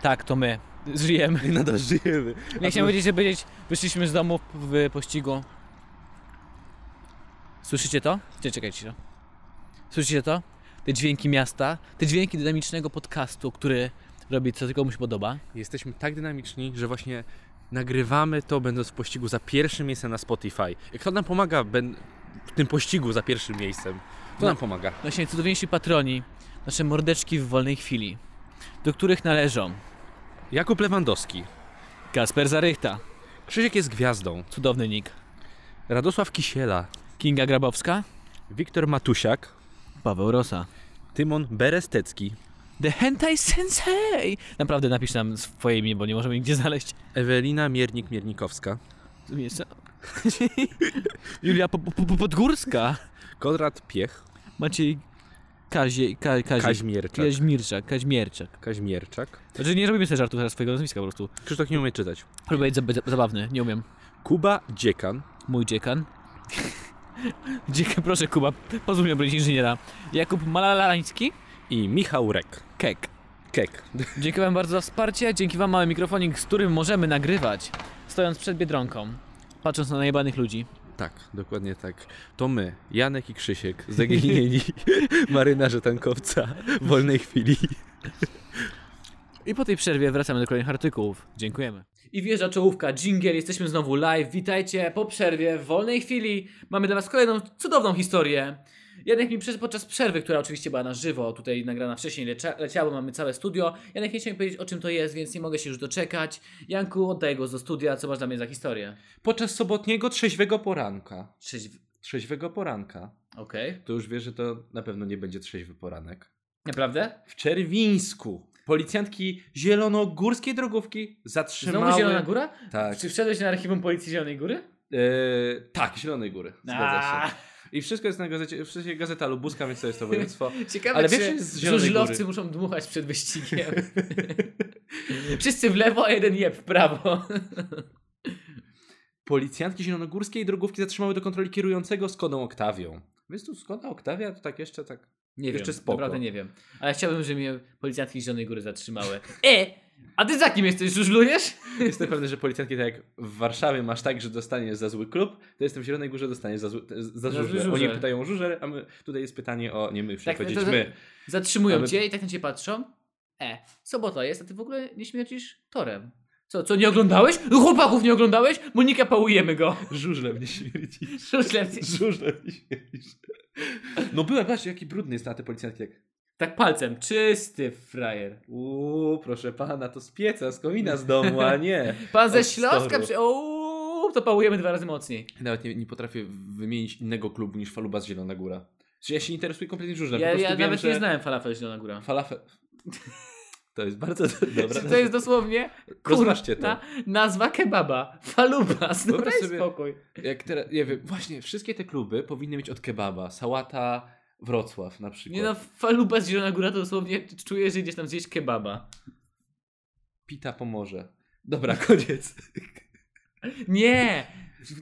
Speaker 2: Tak, to my No żyjemy.
Speaker 1: I nadal żyjemy.
Speaker 2: Nie chciałem powiedzieć, że powiedzieć, wyszliśmy z domu w pościgu. Słyszycie to? Gdzie czekajcie to? Słyszycie to? Te dźwięki miasta, te dźwięki dynamicznego podcastu, który robi co tylko mu się podoba.
Speaker 1: Jesteśmy tak dynamiczni, że właśnie nagrywamy to będąc w pościgu za pierwszym miejscem na Spotify. I Kto nam pomaga ben- w tym pościgu za pierwszym miejscem? Kto nam pomaga?
Speaker 2: Nasi najcudowniejsi patroni, nasze mordeczki w wolnej chwili, do których należą
Speaker 1: Jakub Lewandowski.
Speaker 2: Kasper Zarychta,
Speaker 1: Krzysiek jest gwiazdą.
Speaker 2: cudowny nick,
Speaker 1: Radosław Kisiela.
Speaker 2: Kinga Grabowska,
Speaker 1: Wiktor Matusiak.
Speaker 2: Paweł Rosa.
Speaker 1: Tymon Berestecki.
Speaker 2: The Hentai Sensei! Naprawdę napisz nam swoje imię, bo nie możemy nigdzie znaleźć.
Speaker 1: Ewelina Miernik-Miernikowska.
Speaker 2: Tu Jeszcze. [LAUGHS] Julia po, po, po, Podgórska.
Speaker 1: Konrad Piech.
Speaker 2: Maciej Kazie, Ka, Kazie,
Speaker 1: Kaźmierczak.
Speaker 2: Kaźmirczak. Kaźmierczak.
Speaker 1: Kaźmierczak.
Speaker 2: Znaczy nie robimy sobie żartów teraz swojego nazwiska po prostu.
Speaker 1: Krzysztof nie umie czytać.
Speaker 2: Próbuję być zab- zabawny, nie umiem.
Speaker 1: Kuba Dziekan.
Speaker 2: Mój dziekan. [LAUGHS] dziekan, proszę Kuba, pozwól mi obronić inżyniera. Jakub Malalański.
Speaker 1: I Michał Rek.
Speaker 2: Kek.
Speaker 1: Kek.
Speaker 2: Dziękuję wam bardzo za wsparcie, dzięki wam mamy mikrofonik, z którym możemy nagrywać. stojąc przed Biedronką, patrząc na najebanych ludzi.
Speaker 1: Tak, dokładnie tak. To my, Janek i Krzysiek, zaginieni [LAUGHS] marynarze tankowca w wolnej chwili.
Speaker 2: I po tej przerwie wracamy do kolejnych artykułów. Dziękujemy. I wjeżdża czołówka, dżingiel, jesteśmy znowu live. Witajcie po przerwie, w wolnej chwili. Mamy dla Was kolejną cudowną historię. Janek mi przez, podczas przerwy, która oczywiście była na żywo, tutaj nagrana wcześniej lecia, leciała, bo mamy całe studio. Janek nie chciał mi powiedzieć o czym to jest, więc nie mogę się już doczekać. Janku, oddaję go do studia, co masz dla mnie za historię?
Speaker 1: Podczas sobotniego trzeźwego poranka.
Speaker 2: Trzeźw...
Speaker 1: Trzeźwego poranka.
Speaker 2: Okej.
Speaker 1: To już wiesz, że to na pewno nie będzie trzeźwy poranek.
Speaker 2: Naprawdę?
Speaker 1: W Czerwińsku policjantki zielonogórskiej drogówki zatrzymały...
Speaker 2: Znowu Zielona Góra?
Speaker 1: Tak.
Speaker 2: Czy wszedłeś na archiwum Policji Zielonej Góry?
Speaker 1: E, tak, Zielonej Góry. Zgadza
Speaker 2: A,
Speaker 1: się. I wszystko jest na gazecie, wszystko jest gazeta Lubuska, więc to jest to województwo.
Speaker 2: Ciekawe,
Speaker 1: Ale
Speaker 2: czy
Speaker 1: wiesz, że jest z Zielonej
Speaker 2: żużlowcy
Speaker 1: Góry.
Speaker 2: muszą dmuchać przed wyścigiem. [LAUGHS] Wszyscy w lewo, a jeden jeb w prawo.
Speaker 1: Policjantki zielonogórskiej drogówki zatrzymały do kontroli kierującego z kodą Oktawią. Więc tu Skoda Oktawia to tak jeszcze tak...
Speaker 2: Nie
Speaker 1: Jeszcze
Speaker 2: wiem,
Speaker 1: spoko.
Speaker 2: naprawdę nie wiem. Ale chciałbym, żeby mnie policjantki z Zielonej Góry zatrzymały. [LAUGHS] E! A ty za kim jesteś? Żużlujesz?
Speaker 1: Jestem pewny, że policjantki tak jak w Warszawie masz tak, że dostaniesz za zły klub, to jestem w Zielonej Górze, dostaniesz za, zły, za,
Speaker 2: Za
Speaker 1: za
Speaker 2: zły
Speaker 1: żużel. Oni
Speaker 2: żużel.
Speaker 1: pytają o żużel, a my, tutaj jest pytanie o... Nie my,
Speaker 2: Tak,
Speaker 1: tak, powiedzieć
Speaker 2: to- to-
Speaker 1: my.
Speaker 2: Zatrzymują
Speaker 1: Ale-
Speaker 2: cię i tak na ciebie patrzą. E, sobota jest, a ty w ogóle nie śmiercisz torem. Co, co nie oglądałeś? Chłopaków nie oglądałeś? Monika, pałujemy go. [LAUGHS]
Speaker 1: Żużlem nie śmierdzi.
Speaker 2: Żużlem.
Speaker 1: Żużlem nie śmierdzisz. No byłem, patrzcie, jaki brudny jest na te policjantki. Jak...
Speaker 2: Tak palcem, czysty frajer.
Speaker 1: Uuu, proszę pana, to z pieca, z komina z domu, a nie.
Speaker 2: Pan ze
Speaker 1: Od
Speaker 2: Śląska
Speaker 1: storu.
Speaker 2: przy... Ouu, to pałujemy dwa razy mocniej.
Speaker 1: Nawet nie, nie potrafię wymienić innego klubu niż Faluba z Zielona Góra. Czy ja się nie interesuję kompletnie żużlem. po
Speaker 2: Ja,
Speaker 1: prostu
Speaker 2: ja
Speaker 1: wiem,
Speaker 2: nawet
Speaker 1: że
Speaker 2: nie znałem falafel Zielona Góra.
Speaker 1: Falafel. [LAUGHS] To jest bardzo dobra.
Speaker 2: Czy to jest dosłownie
Speaker 1: [LAUGHS] Rozważcie to.
Speaker 2: kurna nazwa kebaba. Falubas, no
Speaker 1: Wyobraź
Speaker 2: daj
Speaker 1: sobie-
Speaker 2: spokój.
Speaker 1: Jak teraz, nie wiem, właśnie wszystkie te kluby powinny mieć od kebaba. Sałata Wrocław na przykład.
Speaker 2: Nie no, Falubas Zielona Góra to dosłownie czuję, że idziesz tam zjeść kebaba.
Speaker 1: Pita pomoże. Dobra, [LAUGHS] koniec.
Speaker 2: Nie!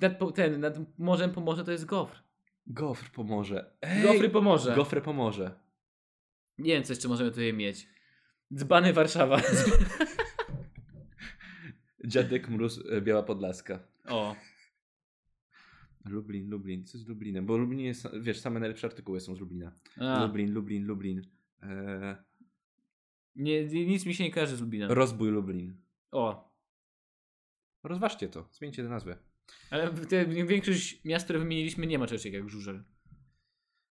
Speaker 2: Nad, po- ten, nad Morzem Pomorze to jest gofr.
Speaker 1: Gofr pomoże. Ej,
Speaker 2: Gofry Pomorze.
Speaker 1: Gofry pomoże.
Speaker 2: Nie wiem, co jeszcze możemy tutaj mieć.
Speaker 1: [LAUGHS]
Speaker 2: Dzbany Warszawa.
Speaker 1: Dziadek Mróz, e, Biała Podlaska.
Speaker 2: O.
Speaker 1: Lublin, Lublin. Co z Lublinem? Bo Lublin jest, wiesz, same najlepsze artykuły są z Lublina.
Speaker 2: A,
Speaker 1: Lublin, Lublin, Lublin. Eee,
Speaker 2: nie, nic mi się nie kojarzy z Lubinem.
Speaker 1: rozbój Lublin.
Speaker 2: O.
Speaker 1: Rozważcie to. Zmieńcie tę nazwę.
Speaker 2: Ale te, większość miast, które wymieniliśmy, nie ma czegoś takiego jak żużel.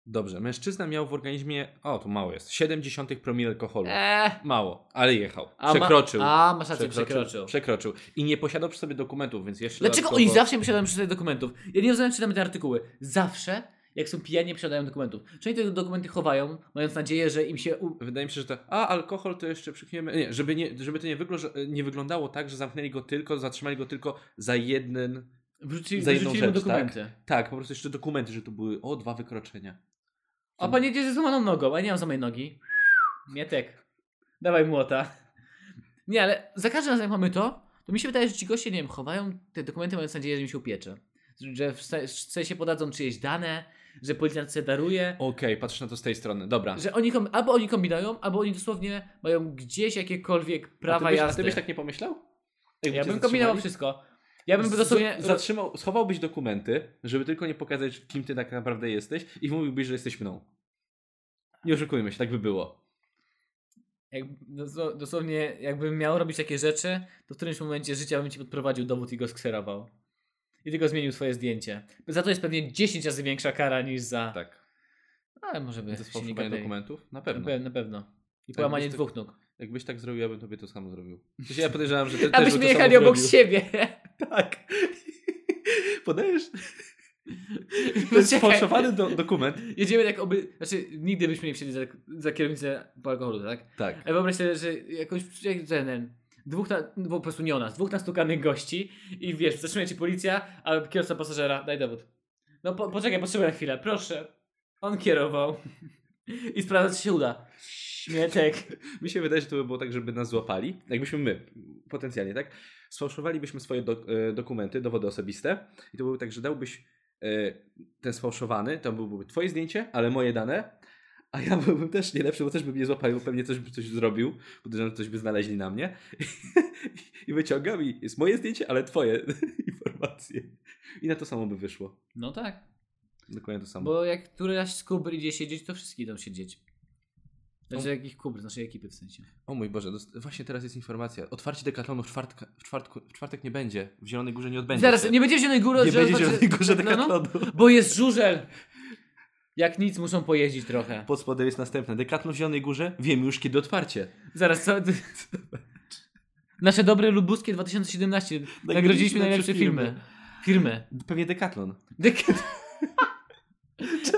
Speaker 1: Dobrze. Mężczyzna miał w organizmie, o to mało jest, 70 promil alkoholu.
Speaker 2: Eee.
Speaker 1: Mało, ale jechał.
Speaker 2: A ma-
Speaker 1: Przekroczył.
Speaker 2: A, masz rację, przekroczył.
Speaker 1: Przekroczył. I nie posiadał przy sobie dokumentów, więc jeszcze
Speaker 2: Dlaczego
Speaker 1: dodatkowo-
Speaker 2: oni zawsze nie posiadają przy sobie dokumentów? Ja nie rozumiem, czy czytamy te artykuły. Zawsze, jak są pijani, nie posiadają dokumentów. Czy oni te dokumenty chowają, mając nadzieję, że im się... U...
Speaker 1: Wydaje mi się, że to, a alkohol to jeszcze przykniemy, nie, żeby, nie, żeby to nie, wyglo, że, nie wyglądało tak, że zamknęli go tylko, zatrzymali go tylko za jeden,
Speaker 2: Wrzucili,
Speaker 1: Za jedną
Speaker 2: wrzucili mu
Speaker 1: rzecz,
Speaker 2: dokumenty.
Speaker 1: tak, po prostu jeszcze dokumenty, że tu były, o, dwa wykroczenia.
Speaker 2: A pan jedzie ze złamaną nogą, a ja nie mam złamanej nogi. Mietek, dawaj młota. Nie, ale za każdym razem jak mamy to, to mi się wydaje, że ci goście, nie wiem, chowają te dokumenty mając nadzieję, że im się upiecze. Że w se- w sensie podadzą czyjeś dane, że policjant sobie daruje.
Speaker 1: Okej, patrz na to z tej strony, dobra.
Speaker 2: Że oni kom- albo oni kombinują, albo oni dosłownie mają gdzieś jakiekolwiek prawa
Speaker 1: a ty byś, A
Speaker 2: jazdy.
Speaker 1: ty byś tak nie pomyślał? Jakby
Speaker 2: ja
Speaker 1: cię
Speaker 2: bym kombinował
Speaker 1: zatrzymali?
Speaker 2: wszystko. Ja bym
Speaker 1: Z-
Speaker 2: dosłownie...
Speaker 1: z- Zatrzymał, schowałbyś dokumenty, żeby tylko nie pokazać, kim ty tak naprawdę jesteś i mówiłbyś, że jesteś mną. Nie oszukujmy się, tak by było.
Speaker 2: Jak, dosło- dosłownie, jakbym miał robić takie rzeczy, to w którymś momencie życia bym ci podprowadził dowód i go skserował. I tylko zmienił swoje zdjęcie. Za to jest pewnie 10 razy większa kara niż za.
Speaker 1: Tak.
Speaker 2: Ale może by.
Speaker 1: Ze
Speaker 2: się nie
Speaker 1: sfałszowania
Speaker 2: gadali.
Speaker 1: dokumentów? Na
Speaker 2: Na
Speaker 1: pewno.
Speaker 2: pe- Na pewno. I
Speaker 1: Tak,
Speaker 2: połamanie
Speaker 1: byś ty-
Speaker 2: dwóch nóg.
Speaker 1: Jakbyś tak zrobił, ja bym tobie to samo zrobił. W sensie ja podejrzewam,
Speaker 2: [LAUGHS]
Speaker 1: że ty też bym
Speaker 2: Abyśmy
Speaker 1: to samo
Speaker 2: jechali obok
Speaker 1: zrobił. [LAUGHS]
Speaker 2: siebie.
Speaker 1: Tak. [LAUGHS] Podajesz
Speaker 2: No
Speaker 1: ten
Speaker 2: czekaj.
Speaker 1: sfałszowany do, dokument.
Speaker 2: Jedziemy tak oby. Znaczy, nigdy byśmy nie wsiedli za, za kierownicę po alkoholu, tak?
Speaker 1: Tak.
Speaker 2: Ale wyobraź sobie, że jakąś. Jak, ten, ten, dwóch. Na, no, po prostu nie o nas. Dwóch nastukanych gości i wiesz, zatrzymuje cię policja, a kierowca pasażera, daj dowód. No po, poczekaj, potrzebuję na chwilę, proszę. On kierował. [LAUGHS] I sprawdza, czy się uda. Śmietek.
Speaker 1: Mi się wydaje, że to by było tak, żeby nas złapali. Jakbyśmy my, potencjalnie, tak? Sfałszowalibyśmy swoje dok- e, dokumenty, dowody osobiste i to byłoby tak, że dałbyś e, ten sfałszowany, to byłoby twoje zdjęcie, ale moje dane, a ja byłbym też nie lepszy, bo też by mnie złapali, bo pewnie coś by coś zrobił, podejrzewam, że coś by znaleźli na mnie. [LAUGHS] I wyciągam i jest moje zdjęcie, ale twoje [LAUGHS] informacje. I na to samo by wyszło.
Speaker 2: No tak.
Speaker 1: Dokładnie to samo.
Speaker 2: Bo jak któraś z kubr idzie siedzieć, to wszystkie idą siedzieć. Znaczy jakich kubr, z naszej ekipy w sensie.
Speaker 1: O mój Boże, dost- właśnie teraz jest informacja. Otwarcie dekatlonu w, czwartka, w, czwartku, w czwartek nie będzie. W Zielonej Górze nie odbędzie
Speaker 2: Zaraz,
Speaker 1: się.
Speaker 2: nie będzie Zielonej Góry.
Speaker 1: nie
Speaker 2: że-
Speaker 1: będzie w Zielonej Górze
Speaker 2: no, no.
Speaker 1: dekatlonu. [LAUGHS]
Speaker 2: Bo jest żużel. Jak nic, muszą pojeździć trochę.
Speaker 1: Pod spodem jest następne. Dekatlon w Zielonej Górze? Wiem już kiedy otwarcie.
Speaker 2: Zaraz, [LAUGHS] co? znaczy? ty- Nasze dobre lubuskie 2017. Nagrodziliśmy najlepsze
Speaker 1: firmy.
Speaker 2: filmy. Firmy.
Speaker 1: Pewnie dekatlon.
Speaker 2: Dekad... [LAUGHS]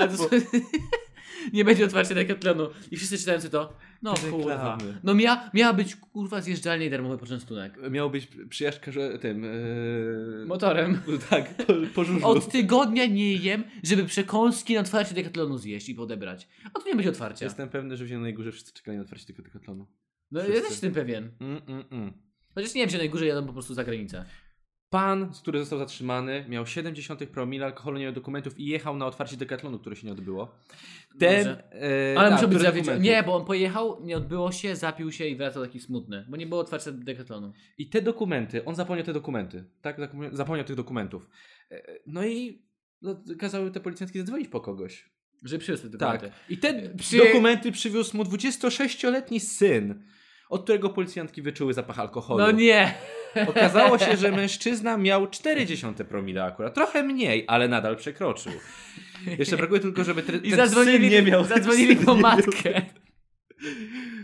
Speaker 2: A to są- [LAUGHS] Nie będzie otwarcia dekatlonu. I wszyscy czytają sobie to. No
Speaker 1: Reklamy.
Speaker 2: kurwa. No mia, miała być kurwa zjeżdżalnie i darmowy poczęstunek.
Speaker 1: Miał być przyjażdżka że- tym... Yy...
Speaker 2: [LAUGHS] Motorem.
Speaker 1: [LAUGHS] Tak, po, po żużlu.
Speaker 2: Od tygodnia nie jem, żeby przekąski na otwarcie dekatlonu zjeść i podebrać. A tu nie będzie otwarcia.
Speaker 1: Jestem pewny, że w Zielonej Górze wszyscy czekali na otwarcie tego dekatlonu.
Speaker 2: No ja
Speaker 1: wszyscy.
Speaker 2: też jestem pewien.
Speaker 1: Mm, mm, mm.
Speaker 2: Chociaż nie wiem, że najgórze jadą po prostu za granicę.
Speaker 1: Pan, który został zatrzymany, miał 70 promil alkoholu, nie miał dokumentów i jechał na otwarcie dekatlonu, które się nie odbyło. Ten.
Speaker 2: Dobrze.
Speaker 1: e,
Speaker 2: Ale
Speaker 1: tak,
Speaker 2: musiał być
Speaker 1: który
Speaker 2: zawiedziony.
Speaker 1: dokumentów.
Speaker 2: Nie, bo on pojechał, nie odbyło się, zapił się i wracał taki smutny. Bo nie było otwarcia dekatlonu.
Speaker 1: I te dokumenty, on zapomniał te dokumenty, tak? Zapomniał- Zapomniał tych dokumentów. E, No i no, kazały te policjantki zadzwonić po kogoś. tak?
Speaker 2: Że przywiózł te dokumenty.
Speaker 1: I te
Speaker 2: Tak. E, Przy-
Speaker 1: dokumenty przywiózł mu 26-letni syn, od którego policjantki wyczuły zapach alkoholu.
Speaker 2: No nie!
Speaker 1: Okazało się, że mężczyzna miał 40 promila akurat. Trochę mniej, ale nadal przekroczył. Jeszcze brakuje tylko, żeby ten,
Speaker 2: I
Speaker 1: ten syn
Speaker 2: zadzwonili,
Speaker 1: nie miał. [LAUGHS]
Speaker 2: zadzwonili
Speaker 1: syn
Speaker 2: po
Speaker 1: nie miał.
Speaker 2: matkę. [LAUGHS]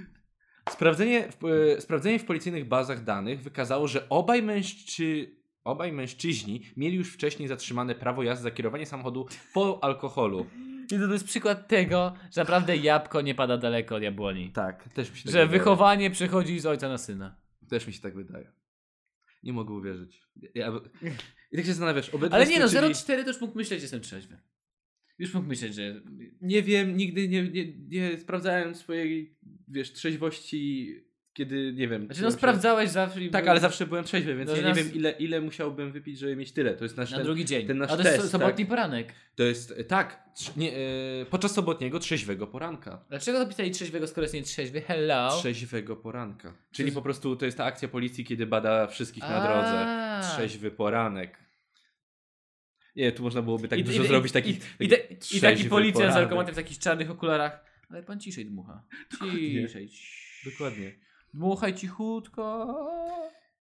Speaker 1: Sprawdzenie w, e, sprawdzenie w policyjnych bazach danych wykazało, że obaj, mężczy, obaj mężczyźni mieli już wcześniej zatrzymane prawo jazdy za kierowanie samochodu po alkoholu.
Speaker 2: I to jest przykład tego, że naprawdę jabłko nie pada daleko od jabłoni.
Speaker 1: Tak, też mi się tak
Speaker 2: Że
Speaker 1: wydaje.
Speaker 2: wychowanie przechodzi z ojca na syna.
Speaker 1: Też mi się tak wydaje. Nie mogę uwierzyć. Ja, I tak się zastanawiasz. obydwa
Speaker 2: Ale nie no,
Speaker 1: skończyli-
Speaker 2: 0,4 to już mógł myśleć, jestem trzeźwy. Już mógł myśleć, że... Znaczy,
Speaker 1: Nie wiem, nigdy nie, nie, nie sprawdzałem swojej, wiesz, trzeźwości, kiedy, nie wiem.
Speaker 2: Znaczy no
Speaker 1: czułem się-
Speaker 2: sprawdzałeś zawsze i
Speaker 1: Tak, ale zawsze byłem trzeźwy, więc
Speaker 2: No,
Speaker 1: ja
Speaker 2: że
Speaker 1: nie
Speaker 2: nas-
Speaker 1: wiem, ile, ile musiałbym wypić, żeby mieć tyle. To jest nasz
Speaker 2: Na
Speaker 1: ten,
Speaker 2: drugi dzień.
Speaker 1: ten nasz
Speaker 2: A to jest
Speaker 1: test, tak.
Speaker 2: so- sobotni poranek.
Speaker 1: To jest, e, tak, trz, nie, e, podczas sobotniego trzeźwego poranka.
Speaker 2: Dlaczego zapisali trzeźwego, skoro jest nie trzeźwy? Hello?
Speaker 1: Trzeźwego poranka. Czyli
Speaker 2: Trzeź-
Speaker 1: po prostu to jest ta akcja policji, kiedy bada wszystkich na drodze.
Speaker 2: A.
Speaker 1: Trzeźwy poranek. Nie, tu można byłoby tak
Speaker 2: I-
Speaker 1: dużo
Speaker 2: i-
Speaker 1: zrobić
Speaker 2: i-
Speaker 1: takich.
Speaker 2: I,
Speaker 1: takich
Speaker 2: i, i taki
Speaker 1: trzeźwy
Speaker 2: policjant z
Speaker 1: poranek.
Speaker 2: alkomatem w takich czarnych okularach. Ale pan
Speaker 1: [LAUGHS]
Speaker 2: ciszej dmucha. Ciszej.
Speaker 1: Dokładnie.
Speaker 2: Dmuchaj cichutko.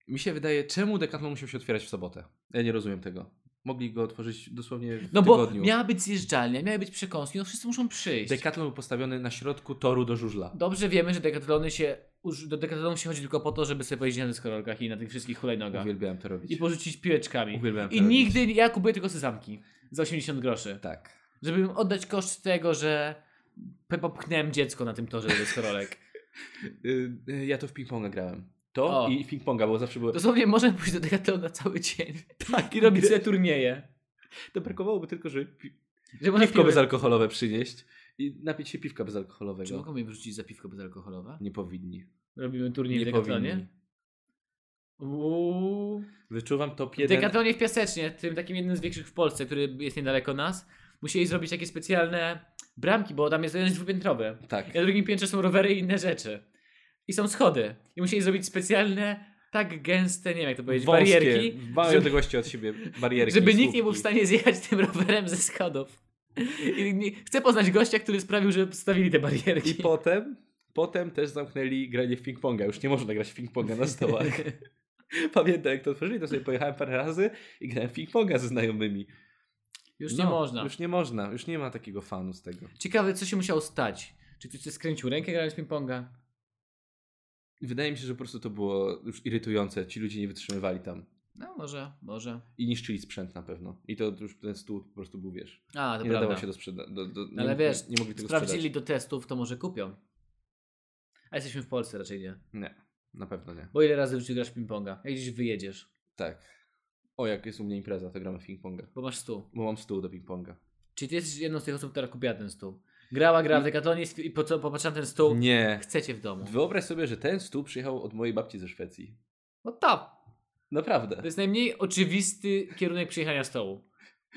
Speaker 1: Mi się wydaje, czemu Decathlon musiał się otwierać w sobotę? Ja nie rozumiem tego. Mogli go otworzyć dosłownie w
Speaker 2: No bo
Speaker 1: tygodniu.
Speaker 2: miała być zjeżdżalnia, miały być przekąski, no wszyscy muszą przyjść.
Speaker 1: Decathlon był postawiony na środku toru do żużla.
Speaker 2: Dobrze wiemy, że dekatlony się, uż- do dekatlonu się chodzi tylko po to, żeby sobie pojeździć na deskorolkach i na tych wszystkich hulajnogach.
Speaker 1: Uwielbiałem to robić.
Speaker 2: I porzucić piłeczkami.
Speaker 1: Uwielbiałem to
Speaker 2: I
Speaker 1: robić.
Speaker 2: nigdy, ja kupuję tylko sezamki za 80 groszy.
Speaker 1: Tak.
Speaker 2: Żeby im oddać koszt tego, że pe- popchnąłem dziecko na tym torze do deskorolek.
Speaker 1: [LAUGHS] Y, y, ja to w ping-ponga grałem. To
Speaker 2: O.
Speaker 1: i w ping-ponga, bo zawsze było...
Speaker 2: Dosłownie można pójść do dekatlonu na cały dzień
Speaker 1: Tak,
Speaker 2: i robić sobie turnieje.
Speaker 1: To brakowałoby tylko, żeby pi...
Speaker 2: Że można
Speaker 1: piwko
Speaker 2: piłę-
Speaker 1: bezalkoholowe przynieść i napić się piwka bezalkoholowego.
Speaker 2: Czy mogą mi wrzucić za piwko bezalkoholowe?
Speaker 1: Nie powinni.
Speaker 2: Robimy turniej
Speaker 1: Nie
Speaker 2: w dekatlonie?
Speaker 1: powinni.
Speaker 2: Uuu.
Speaker 1: Wyczuwam top
Speaker 2: W
Speaker 1: 1.
Speaker 2: Dekatlonie w Piasecznie, tym takim jednym z większych w Polsce, który jest niedaleko nas, musieli zrobić takie specjalne bramki, bo tam jest jeden dwupiętrowy.
Speaker 1: Tak.
Speaker 2: I na drugim piętrze są rowery i inne rzeczy. I są schody. I musieli zrobić specjalne, tak gęste, nie wiem jak to powiedzieć,
Speaker 1: Wąskie,
Speaker 2: barierki,
Speaker 1: Małe
Speaker 2: żeby-
Speaker 1: odległości od siebie barierki.
Speaker 2: żeby nikt nie był w
Speaker 1: słupki.
Speaker 2: stanie zjechać tym rowerem ze schodów. I nie, chcę poznać gościa, który sprawił, że postawili te barierki.
Speaker 1: I potem, potem też zamknęli granie w ping-ponga. Już nie można grać w ping-ponga na stołach. Pamiętam, jak to otworzyli, to sobie pojechałem parę razy i grałem w ping-ponga ze znajomymi.
Speaker 2: [LAUGHS] Już nie
Speaker 1: No,
Speaker 2: można.
Speaker 1: Już nie można, już nie ma takiego fanu z tego.
Speaker 2: Ciekawe, co się musiało stać. Czy ktoś się skręcił rękę grając w ping-ponga?
Speaker 1: Wydaje mi się, że po prostu to było już irytujące. Ci ludzie nie wytrzymywali tam.
Speaker 2: No, może, może.
Speaker 1: I niszczyli sprzęt na pewno. I to już ten stół po prostu był, wiesz,
Speaker 2: A, to
Speaker 1: nie
Speaker 2: prawda.
Speaker 1: nadało się do sprzeda- do, do, nie,
Speaker 2: Ale wiesz,
Speaker 1: nie mogli tego
Speaker 2: Sprawdzili
Speaker 1: sprzedać.
Speaker 2: do testów, to może kupią. A jesteśmy w Polsce raczej nie.
Speaker 1: Nie, na pewno nie.
Speaker 2: Bo ile razy w życiu grasz w ping-ponga? Jak gdzieś wyjedziesz,
Speaker 1: Tak. O, jak jest u mnie impreza, to gramy w ping-ponga.
Speaker 2: bo masz stół.
Speaker 1: Bo mam stół do ping-ponga.
Speaker 2: Czyli ty jesteś jedną z tych osób, która kupiła ten stół. Grała, grała w Decathlonie i po co popatrzyła na ten stół.
Speaker 1: Nie.
Speaker 2: Chcecie w domu.
Speaker 1: Wyobraź sobie, że ten stół przyjechał od mojej babci ze Szwecji.
Speaker 2: No to.
Speaker 1: Naprawdę.
Speaker 2: To jest najmniej oczywisty kierunek przyjechania stołu.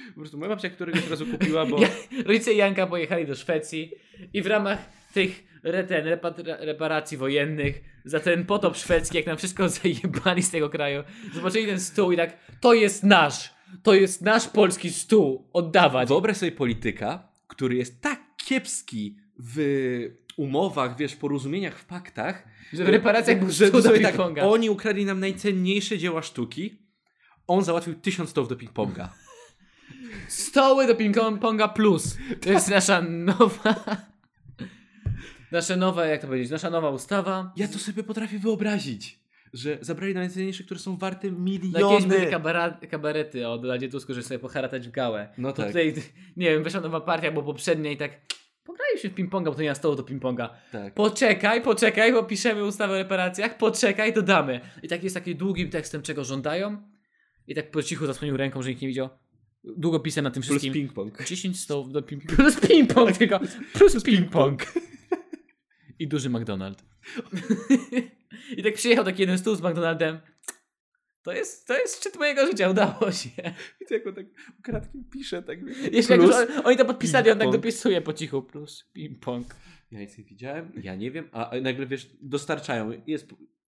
Speaker 1: Po prostu moja babcia któregoś razu kupiła,
Speaker 2: [LAUGHS]
Speaker 1: bo...
Speaker 2: Ja- Rodzice Janka pojechali do Szwecji i w ramach tych re, ten, repatra, reparacji wojennych za ten potop szwedzki, jak nam wszystko [LAUGHS] zajebali z tego kraju, zobaczyli ten stół i tak, to jest nasz, to jest nasz polski stół, oddawać.
Speaker 1: Wyobraź sobie polityka, który jest tak kiepski w umowach, wiesz, porozumieniach, w paktach,
Speaker 2: Że w reparacjach był
Speaker 1: że
Speaker 2: stół do
Speaker 1: sobie tak,
Speaker 2: ping-ponga.
Speaker 1: oni ukradli nam najcenniejsze dzieła sztuki, on załatwił tysiąc stołów do ping-ponga.
Speaker 2: [LAUGHS] Stoły do ping-ponga plus. To jest nasza nowa... Nasza nowa, jak to powiedzieć, nasza nowa ustawa.
Speaker 1: Ja to sobie potrafię wyobrazić, że zabrali nam najcenniejsze, które są warte
Speaker 2: No jakieś
Speaker 1: miliony.
Speaker 2: były kabara- kabarety od Ladzie Tusku, że sobie poharatać w gałę.
Speaker 1: No
Speaker 2: To
Speaker 1: tak.
Speaker 2: tutaj, [LAUGHS] nie wiem, weszła nowa partia, bo poprzednia i tak pograjmy się w ping-ponga, bo to nie ma stołu do ping-ponga.
Speaker 1: tak.
Speaker 2: Poczekaj, poczekaj, bo piszemy ustawę o reparacjach, poczekaj, dodamy. I tak jest takim długim tekstem, czego żądają. I tak po cichu zasłonił ręką, że nikt nie widział. Długopisem na tym
Speaker 1: Plus
Speaker 2: wszystkim.
Speaker 1: [LAUGHS] ping-pong.
Speaker 2: 10 stołów do ping-ponga. [LAUGHS] Plus ping-pong tylko. Plus ping-pong. I duży McDonald. [LAUGHS] I tak przyjechał taki jeden stół z McDonaldem. To jest, to jest szczyt mojego życia, udało się.
Speaker 1: Widzę, jak on tak ukradkiem pisze, tak wiesz.
Speaker 2: Jeszcze jak już
Speaker 1: Plus.
Speaker 2: on- oni to podpisali, on tak
Speaker 1: ping-pong.
Speaker 2: dopisuje po cichu. Plus ping-pong.
Speaker 1: Ja nic nie widziałem, ja nie wiem, a a nagle, wiesz, dostarczają, jest...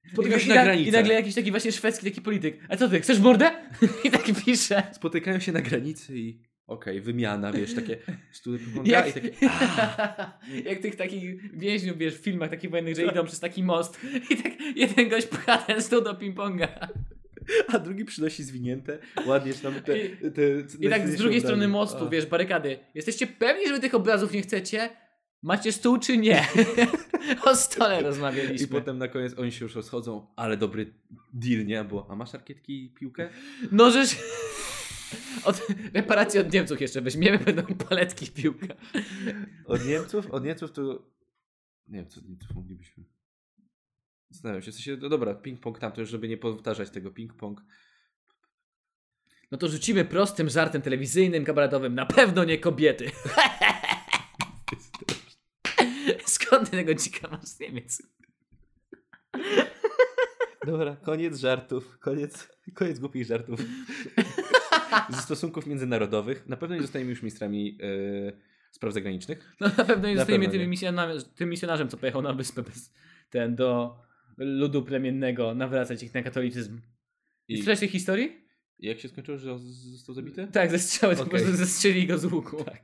Speaker 2: I,
Speaker 1: Spotyka się
Speaker 2: i,
Speaker 1: na
Speaker 2: na, I
Speaker 1: granicy.
Speaker 2: nagle jakiś taki właśnie szwedzki taki polityk. A co ty, chcesz mordę? [LAUGHS] I tak pisze.
Speaker 1: Spotykają się na granicy i... Okej, wymiana, wiesz,
Speaker 2: [LAUGHS]
Speaker 1: takie... Stół do ping-ponga i
Speaker 2: Jak,
Speaker 1: takie...
Speaker 2: [LAUGHS] jak tych takich więźniów, wiesz, w filmach takich wojennych, że idą przez taki most i tak jeden gość pcha ten stół do ping-ponga. tak
Speaker 1: a drugi przynosi zwinięte, ładnie tam te...
Speaker 2: I-
Speaker 1: te,
Speaker 2: I tak z drugiej strony mostu,
Speaker 1: A.
Speaker 2: wiesz, barykady. Jesteście pewni, że wy tych obrazów nie chcecie? Macie stół czy nie? [LAUGHS] o stole rozmawialiśmy.
Speaker 1: I potem na koniec oni się już rozchodzą, ale dobry deal, nie? Bo, a masz rakietki i piłkę?
Speaker 2: No żeż... [LAUGHS] Od, reparacje od Niemców jeszcze weźmiemy, będą paletki w piłka.
Speaker 1: Od Niemców? Od Niemców to... Nie wiem, co od Niemców moglibyśmy... Zastanawiam się, w sensie, no dobra, ping-pong tam, to już żeby nie powtarzać tego ping-pong.
Speaker 2: No to rzucimy prostym żartem telewizyjnym, kabaretowym. Na pewno nie kobiety. [LAUGHS] Skąd ty tego dzika masz z Niemiec?
Speaker 1: Dobra, koniec żartów, koniec, koniec głupich żartów. [LAUGHS] Ze stosunków międzynarodowych. Na pewno nie zostaniemy już ministrami e, spraw zagranicznych.
Speaker 2: No na pewno nie
Speaker 1: Na
Speaker 2: zostajemy
Speaker 1: pewno
Speaker 2: tym,
Speaker 1: nie.
Speaker 2: misjonarzem, tym misjonarzem, co pojechał na wyspę bez, ten, do ludu plemiennego, nawracać ich na katolicyzm. I...
Speaker 1: I
Speaker 2: Słyszałeś tej historii?
Speaker 1: jak się skończyło, że on z- został zabity?
Speaker 2: Tak, ze strzały, to po
Speaker 1: Okej.
Speaker 2: prostu zestrzelili go z łuku. Tak.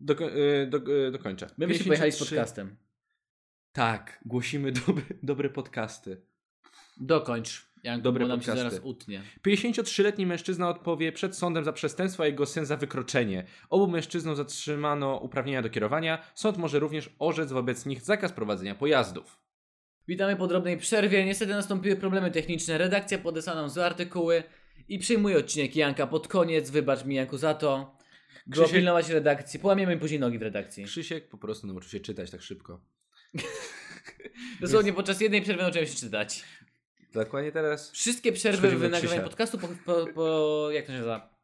Speaker 1: Doko- e, do, e, dokończę.
Speaker 2: My byśmy pojechali z
Speaker 1: 53
Speaker 2: podcastem.
Speaker 1: Tak, głosimy [LAUGHS] dobre, dobre podcasty.
Speaker 2: Dokończ, Janku,
Speaker 1: Dobre
Speaker 2: bo nam się
Speaker 1: podcasty.
Speaker 2: zaraz utnie.
Speaker 1: 53-letni mężczyzna odpowie przed sądem za przestępstwo, a jego syn za wykroczenie. Obu mężczyznom zatrzymano uprawnienia do kierowania. Sąd może również orzec wobec nich zakaz prowadzenia pojazdów.
Speaker 2: Witamy po drobnej przerwie. Niestety nastąpiły problemy techniczne. Redakcja podesła nam złe artykuły i przyjmuje odcinek Janka pod koniec. Wybacz mi, Janku, za to. Było
Speaker 1: Krzysiek-
Speaker 2: pilnować redakcji. Połamiemy później nogi w redakcji.
Speaker 1: Krzysiek po prostu nauczył się czytać tak szybko.
Speaker 2: Dosłownie podczas jednej przerwy nauczyłem się czytać.
Speaker 1: Dokładnie teraz.
Speaker 2: Wszystkie przerwy
Speaker 1: Przechodzimy
Speaker 2: w
Speaker 1: do
Speaker 2: nagrywaniu
Speaker 1: Krzysia.
Speaker 2: podcastu po, po, po... jak to się nazywa?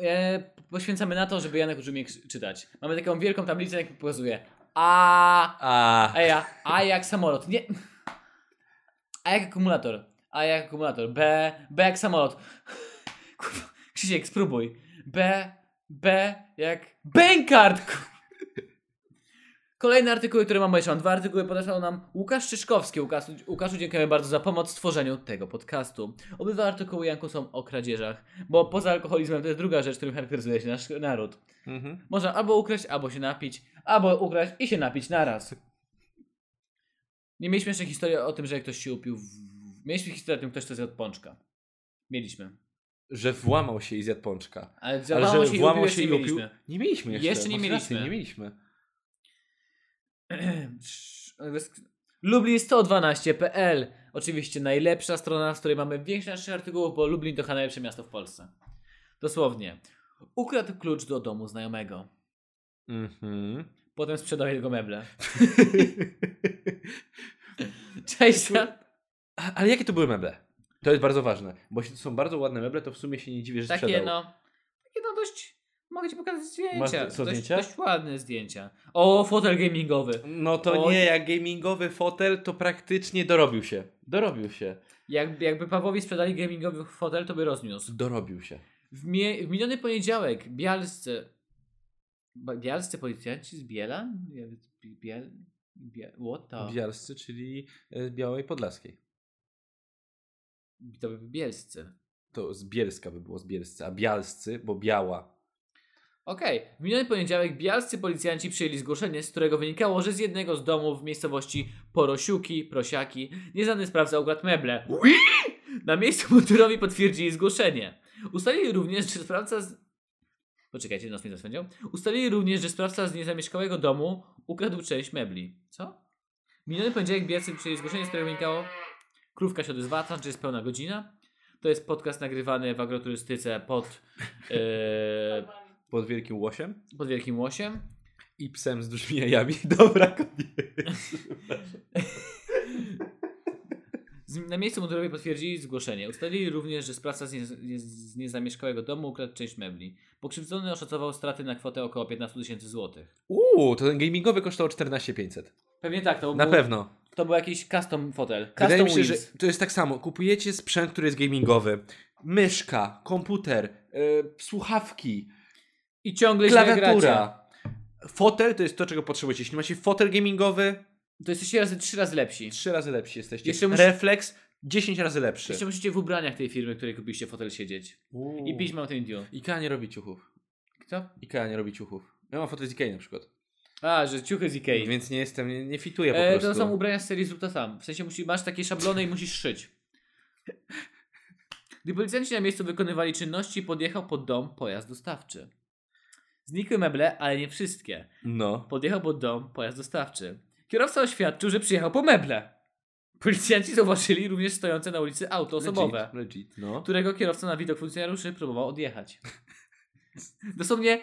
Speaker 2: E, poświęcamy na to, żeby Janek uczył mnie krzy- czytać. Mamy taką wielką tablicę, jak pokazuje. A,
Speaker 1: A,
Speaker 2: A ja, A jak samolot, nie. A jak akumulator. A jak akumulator. B, B jak samolot. Kurwa, Krzysiek, spróbuj. B, B jak bękart. kur- Kolejne artykuły, które mamy jeszcze. Mam dwa artykuły podesłał nam Łukasz Szyszkowski. Łukasz, Łukaszu, dziękujemy bardzo za pomoc w tworzeniu tego podcastu. Obydwa artykuły Janku są o kradzieżach, bo poza alkoholizmem to jest druga rzecz, którym charakteryzuje się nasz naród.
Speaker 1: mhm.
Speaker 2: Można albo ukraść, albo się napić, albo ukraść i się napić naraz. Nie mieliśmy jeszcze historii o tym, że ktoś się upił. W... Mieliśmy historię o tym, ktoś to zjadł pączka. Mieliśmy.
Speaker 1: że włamał się i zjadł pączka.
Speaker 2: Ale,
Speaker 1: Ale
Speaker 2: działało
Speaker 1: że
Speaker 2: się
Speaker 1: włamał
Speaker 2: i
Speaker 1: się i
Speaker 2: upił,
Speaker 1: upił.
Speaker 2: mieliśmy. [CLEARS THROAT]
Speaker 1: Nie mieliśmy jeszcze.
Speaker 2: Jeszcze nie
Speaker 1: masz rację,
Speaker 2: mieliśmy.
Speaker 1: Nie mieliśmy.
Speaker 2: Lublin112.pl Oczywiście najlepsza strona, z której mamy większość naszych artykułów, bo Lublin to chyba najlepsze miasto w Polsce. Dosłownie. Ukradł klucz do domu znajomego.
Speaker 1: [LAUGHS] Mhm.
Speaker 2: Potem sprzedał
Speaker 1: [LAUGHS]
Speaker 2: jego meble. Cześć, za-
Speaker 1: A- Ale jakie to były meble? To jest bardzo ważne, bo jeśli to są bardzo ładne meble, to w sumie się nie dziwię, że
Speaker 2: Takie
Speaker 1: sprzedał.
Speaker 2: no. Takie no dość. Mogę ci pokazać zdjęcia.
Speaker 1: Masz- są
Speaker 2: dość,
Speaker 1: zdjęcia?
Speaker 2: dość ładne zdjęcia. O, fotel gamingowy.
Speaker 1: No to
Speaker 2: Oj.
Speaker 1: nie, jak gamingowy fotel, to praktycznie dorobił się. Dorobił się.
Speaker 2: Jak, jakby Pawłowi sprzedali gamingowy fotel, to by rozniósł.
Speaker 1: Dorobił się.
Speaker 2: W, mie- w miniony poniedziałek bialscy. Ba- Bialscy policjanci z Biela? Ja- Biel. Biel. What the?
Speaker 1: Bialscy, czyli e, Białej Podlaskiej.
Speaker 2: To by bielscy.
Speaker 1: To z Bielska by było z Bielscy, a Bialscy, bo Biała.
Speaker 2: Okej, w miniony poniedziałek bialscy policjanci przyjęli zgłoszenie, z którego wynikało, że z jednego z domów w miejscowości Porosiuki, Prosiaki, nieznany sprawca ukradł meble. Na miejscu mundurowi potwierdzili zgłoszenie. Ustalili również, że sprawca z... Poczekajcie, nos mnie zaswędział. Ustalili również, że sprawca z niezamieszkałego domu ukradł część mebli. Co? W miniony poniedziałek bialscy przyjęli zgłoszenie, z którego wynikało... Krówka się odezwała, to znaczy jest pełna godzina. To jest podcast nagrywany w agroturystyce pod... Yy,
Speaker 1: Pod wielkim łosiem
Speaker 2: pod wielkim łosiem.
Speaker 1: i psem z dużymi jajami. [LAUGHS] Dobra, koniec.
Speaker 2: Z- Na miejscu mundurowi potwierdzili zgłoszenie. Ustalili również, że sprawca z, nie, z- z niezamieszkałego domu ukradł część mebli. Pokrzywdzony oszacował straty na kwotę około 15 tysięcy złotych.
Speaker 1: Uuu, to ten gamingowy kosztował 14500.
Speaker 2: Pewnie tak, to,
Speaker 1: Na
Speaker 2: był,
Speaker 1: pewno.
Speaker 2: to był jakiś custom fotel. Custom
Speaker 1: Wydaje mi się, że
Speaker 2: wheels.
Speaker 1: to jest tak samo. Kupujecie sprzęt, który jest gamingowy. Myszka, komputer, y, słuchawki,
Speaker 2: I ciągle źle gracie.
Speaker 1: klawiatura. Fotel to jest to, czego potrzebujecie. Jeśli macie fotel gamingowy,
Speaker 2: To jesteście razy, trzy razy lepsi.
Speaker 1: trzy razy lepsi jesteście.
Speaker 2: Jeszcze mus-
Speaker 1: Refleks, 10 razy lepszy.
Speaker 2: Jeszcze musicie w ubraniach tej firmy, której kupiliście fotel siedzieć.
Speaker 1: Uuu.
Speaker 2: I pić Mountain Dew.
Speaker 1: Ikea nie robi ciuchów.
Speaker 2: Kto?
Speaker 1: Ikea nie robi ciuchów. Ja mam fotel z Ikei na przykład.
Speaker 2: A, że ciuchy z Ikei.
Speaker 1: Więc nie jestem, nie, nie fituję po
Speaker 2: e,
Speaker 1: prostu.
Speaker 2: to są ubrania z serii Zrób to sam. W sensie musi, masz takie szablony i musisz szyć. Gdy policjanci na miejscu wykonywali czynności, podjechał pod dom pojazd dostawczy. Znikły meble, ale nie wszystkie.
Speaker 1: No.
Speaker 2: Podjechał pod dom pojazd dostawczy. Kierowca oświadczył, że przyjechał po meble. Policjanci zauważyli również stojące na ulicy auto osobowe
Speaker 1: Legit, legit, no.
Speaker 2: którego kierowca na widok funkcjonariuszy
Speaker 1: [LAUGHS]
Speaker 2: próbował odjechać. Dosłownie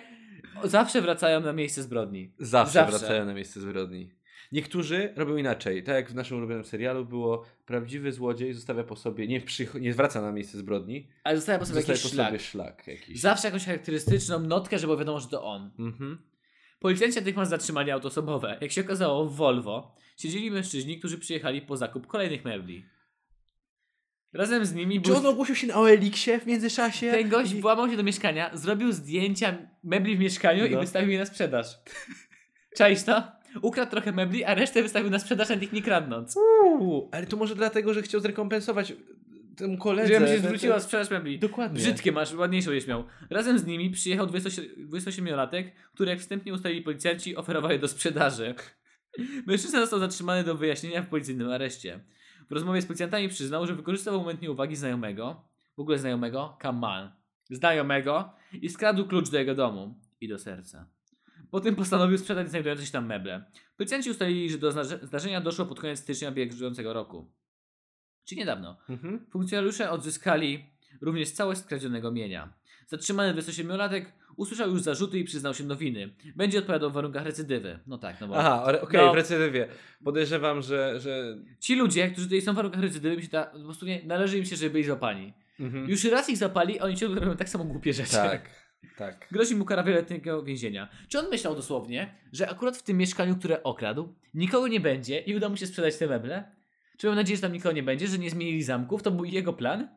Speaker 2: zawsze wracają na miejsce zbrodni.
Speaker 1: Zawsze,
Speaker 2: Zawsze.
Speaker 1: wracają na miejsce zbrodni. Niektórzy robią inaczej. Tak jak w naszym ulubionym serialu było, prawdziwy złodziej zostawia po sobie, nie, przycho- nie wraca na miejsce zbrodni,
Speaker 2: Ale zostaje po sobie
Speaker 1: zostawia
Speaker 2: jakiś
Speaker 1: po
Speaker 2: szlak.
Speaker 1: sobie szlak jakiś.
Speaker 2: Zawsze jakąś charakterystyczną notkę, żeby było wiadomo, że to on.
Speaker 1: Mhm.
Speaker 2: Policjanci natychmiast zatrzymali auto osobowe. Jak się okazało, w Volvo siedzieli mężczyźni, którzy przyjechali po zakup kolejnych mebli. Razem z nimi
Speaker 1: Czy
Speaker 2: był...
Speaker 1: on ogłosił się na OLX-ie w międzyczasie?
Speaker 2: [LAUGHS] Ten gość
Speaker 1: I-
Speaker 2: włamał się do mieszkania, zrobił zdjęcia mebli w mieszkaniu i
Speaker 1: No.
Speaker 2: wystawił je na sprzedaż. [LAUGHS] Czaisz to? Ukradł trochę mebli, a resztę wystawił na sprzedaż, a nikt nie kradnąc.
Speaker 1: Uuu, ale to może dlatego, że chciał zrekompensować e, temu koledze.
Speaker 2: Żeby się
Speaker 1: te- te-
Speaker 2: zwróciła sprzedaż mebli.
Speaker 1: Dokładnie.
Speaker 2: Brzydkie masz, ładniejsze będziesz miał. Razem z nimi przyjechał 28-latek, który jak wstępnie ustalili policjanci, oferowali do sprzedaży. [LAUGHS] Mężczyzna został zatrzymany do wyjaśnienia w policyjnym areszcie. W rozmowie z policjantami przyznał, że wykorzystał moment nieuwagi znajomego, w ogóle znajomego, Kamal, znajomego i skradł klucz do jego domu i do serca. Potem postanowił sprzedać znajdujące się tam meble. Policjanci ustalili, że do zdarze- zdarzenia doszło pod koniec stycznia bieżącego roku. Czy niedawno.
Speaker 1: Mhm.
Speaker 2: Funkcjonariusze odzyskali również całość skradzionego mienia. Zatrzymany 28-latek usłyszał już zarzuty i przyznał się do winy. Będzie odpowiadał w warunkach recydywy. No tak, no bo
Speaker 1: Aha, ale okej,
Speaker 2: No.
Speaker 1: w recydywie. Podejrzewam, że... że...
Speaker 2: ci ludzie, którzy tutaj są w warunkach recydywy, mi się ta, po prostu nie, należy im się, żeby byli złapani.
Speaker 1: Mhm.
Speaker 2: Już raz ich zapali, a oni ciągle robią tak samo głupie rzeczy.
Speaker 1: Tak, tak.
Speaker 2: Grozi mu kara wieloletniego więzienia. Czy on myślał dosłownie, że akurat w tym mieszkaniu, które okradł, nikogo nie będzie i uda mu się sprzedać te meble? Czy miał nadzieję, że tam nikogo nie będzie, że nie zmienili zamków? To był jego plan?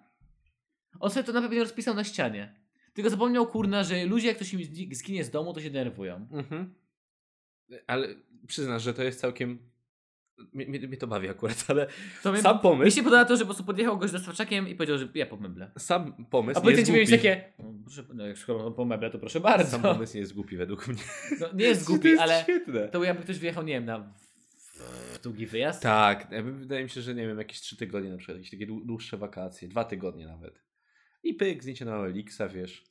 Speaker 2: On sobie to na pewno rozpisał na ścianie. Tylko zapomniał, kurna, że ludzie jak ktoś im zni- zginie z domu, to się denerwują.
Speaker 1: Mhm. Ale przyznasz, że to jest całkiem... Mnie, mnie, mnie to bawi akurat, ale
Speaker 2: To mi,
Speaker 1: sam
Speaker 2: mi
Speaker 1: pomysł,
Speaker 2: się podoba to, że po prostu podjechał gość z staczakiem i powiedział, że ja po meble.
Speaker 1: sam pomysł
Speaker 2: A
Speaker 1: nie jest
Speaker 2: policjanci mieli
Speaker 1: głupi.
Speaker 2: takie, no, proszę, no jak szkoda po meble, to proszę bardzo.
Speaker 1: Sam pomysł nie jest głupi według mnie.
Speaker 2: No, nie
Speaker 1: [LAUGHS]
Speaker 2: jest
Speaker 1: to
Speaker 2: głupi,
Speaker 1: jest
Speaker 2: ale
Speaker 1: świetne.
Speaker 2: to jakby ktoś wyjechał, nie wiem, na w- w długi wyjazd.
Speaker 1: Tak, ja bym- wydaje mi się, że nie wiem, jakieś trzy tygodnie na przykład, jakieś takie dłu- dłuższe wakacje, dwa tygodnie nawet. I pyk, zdjęcie na Elixa, wiesz.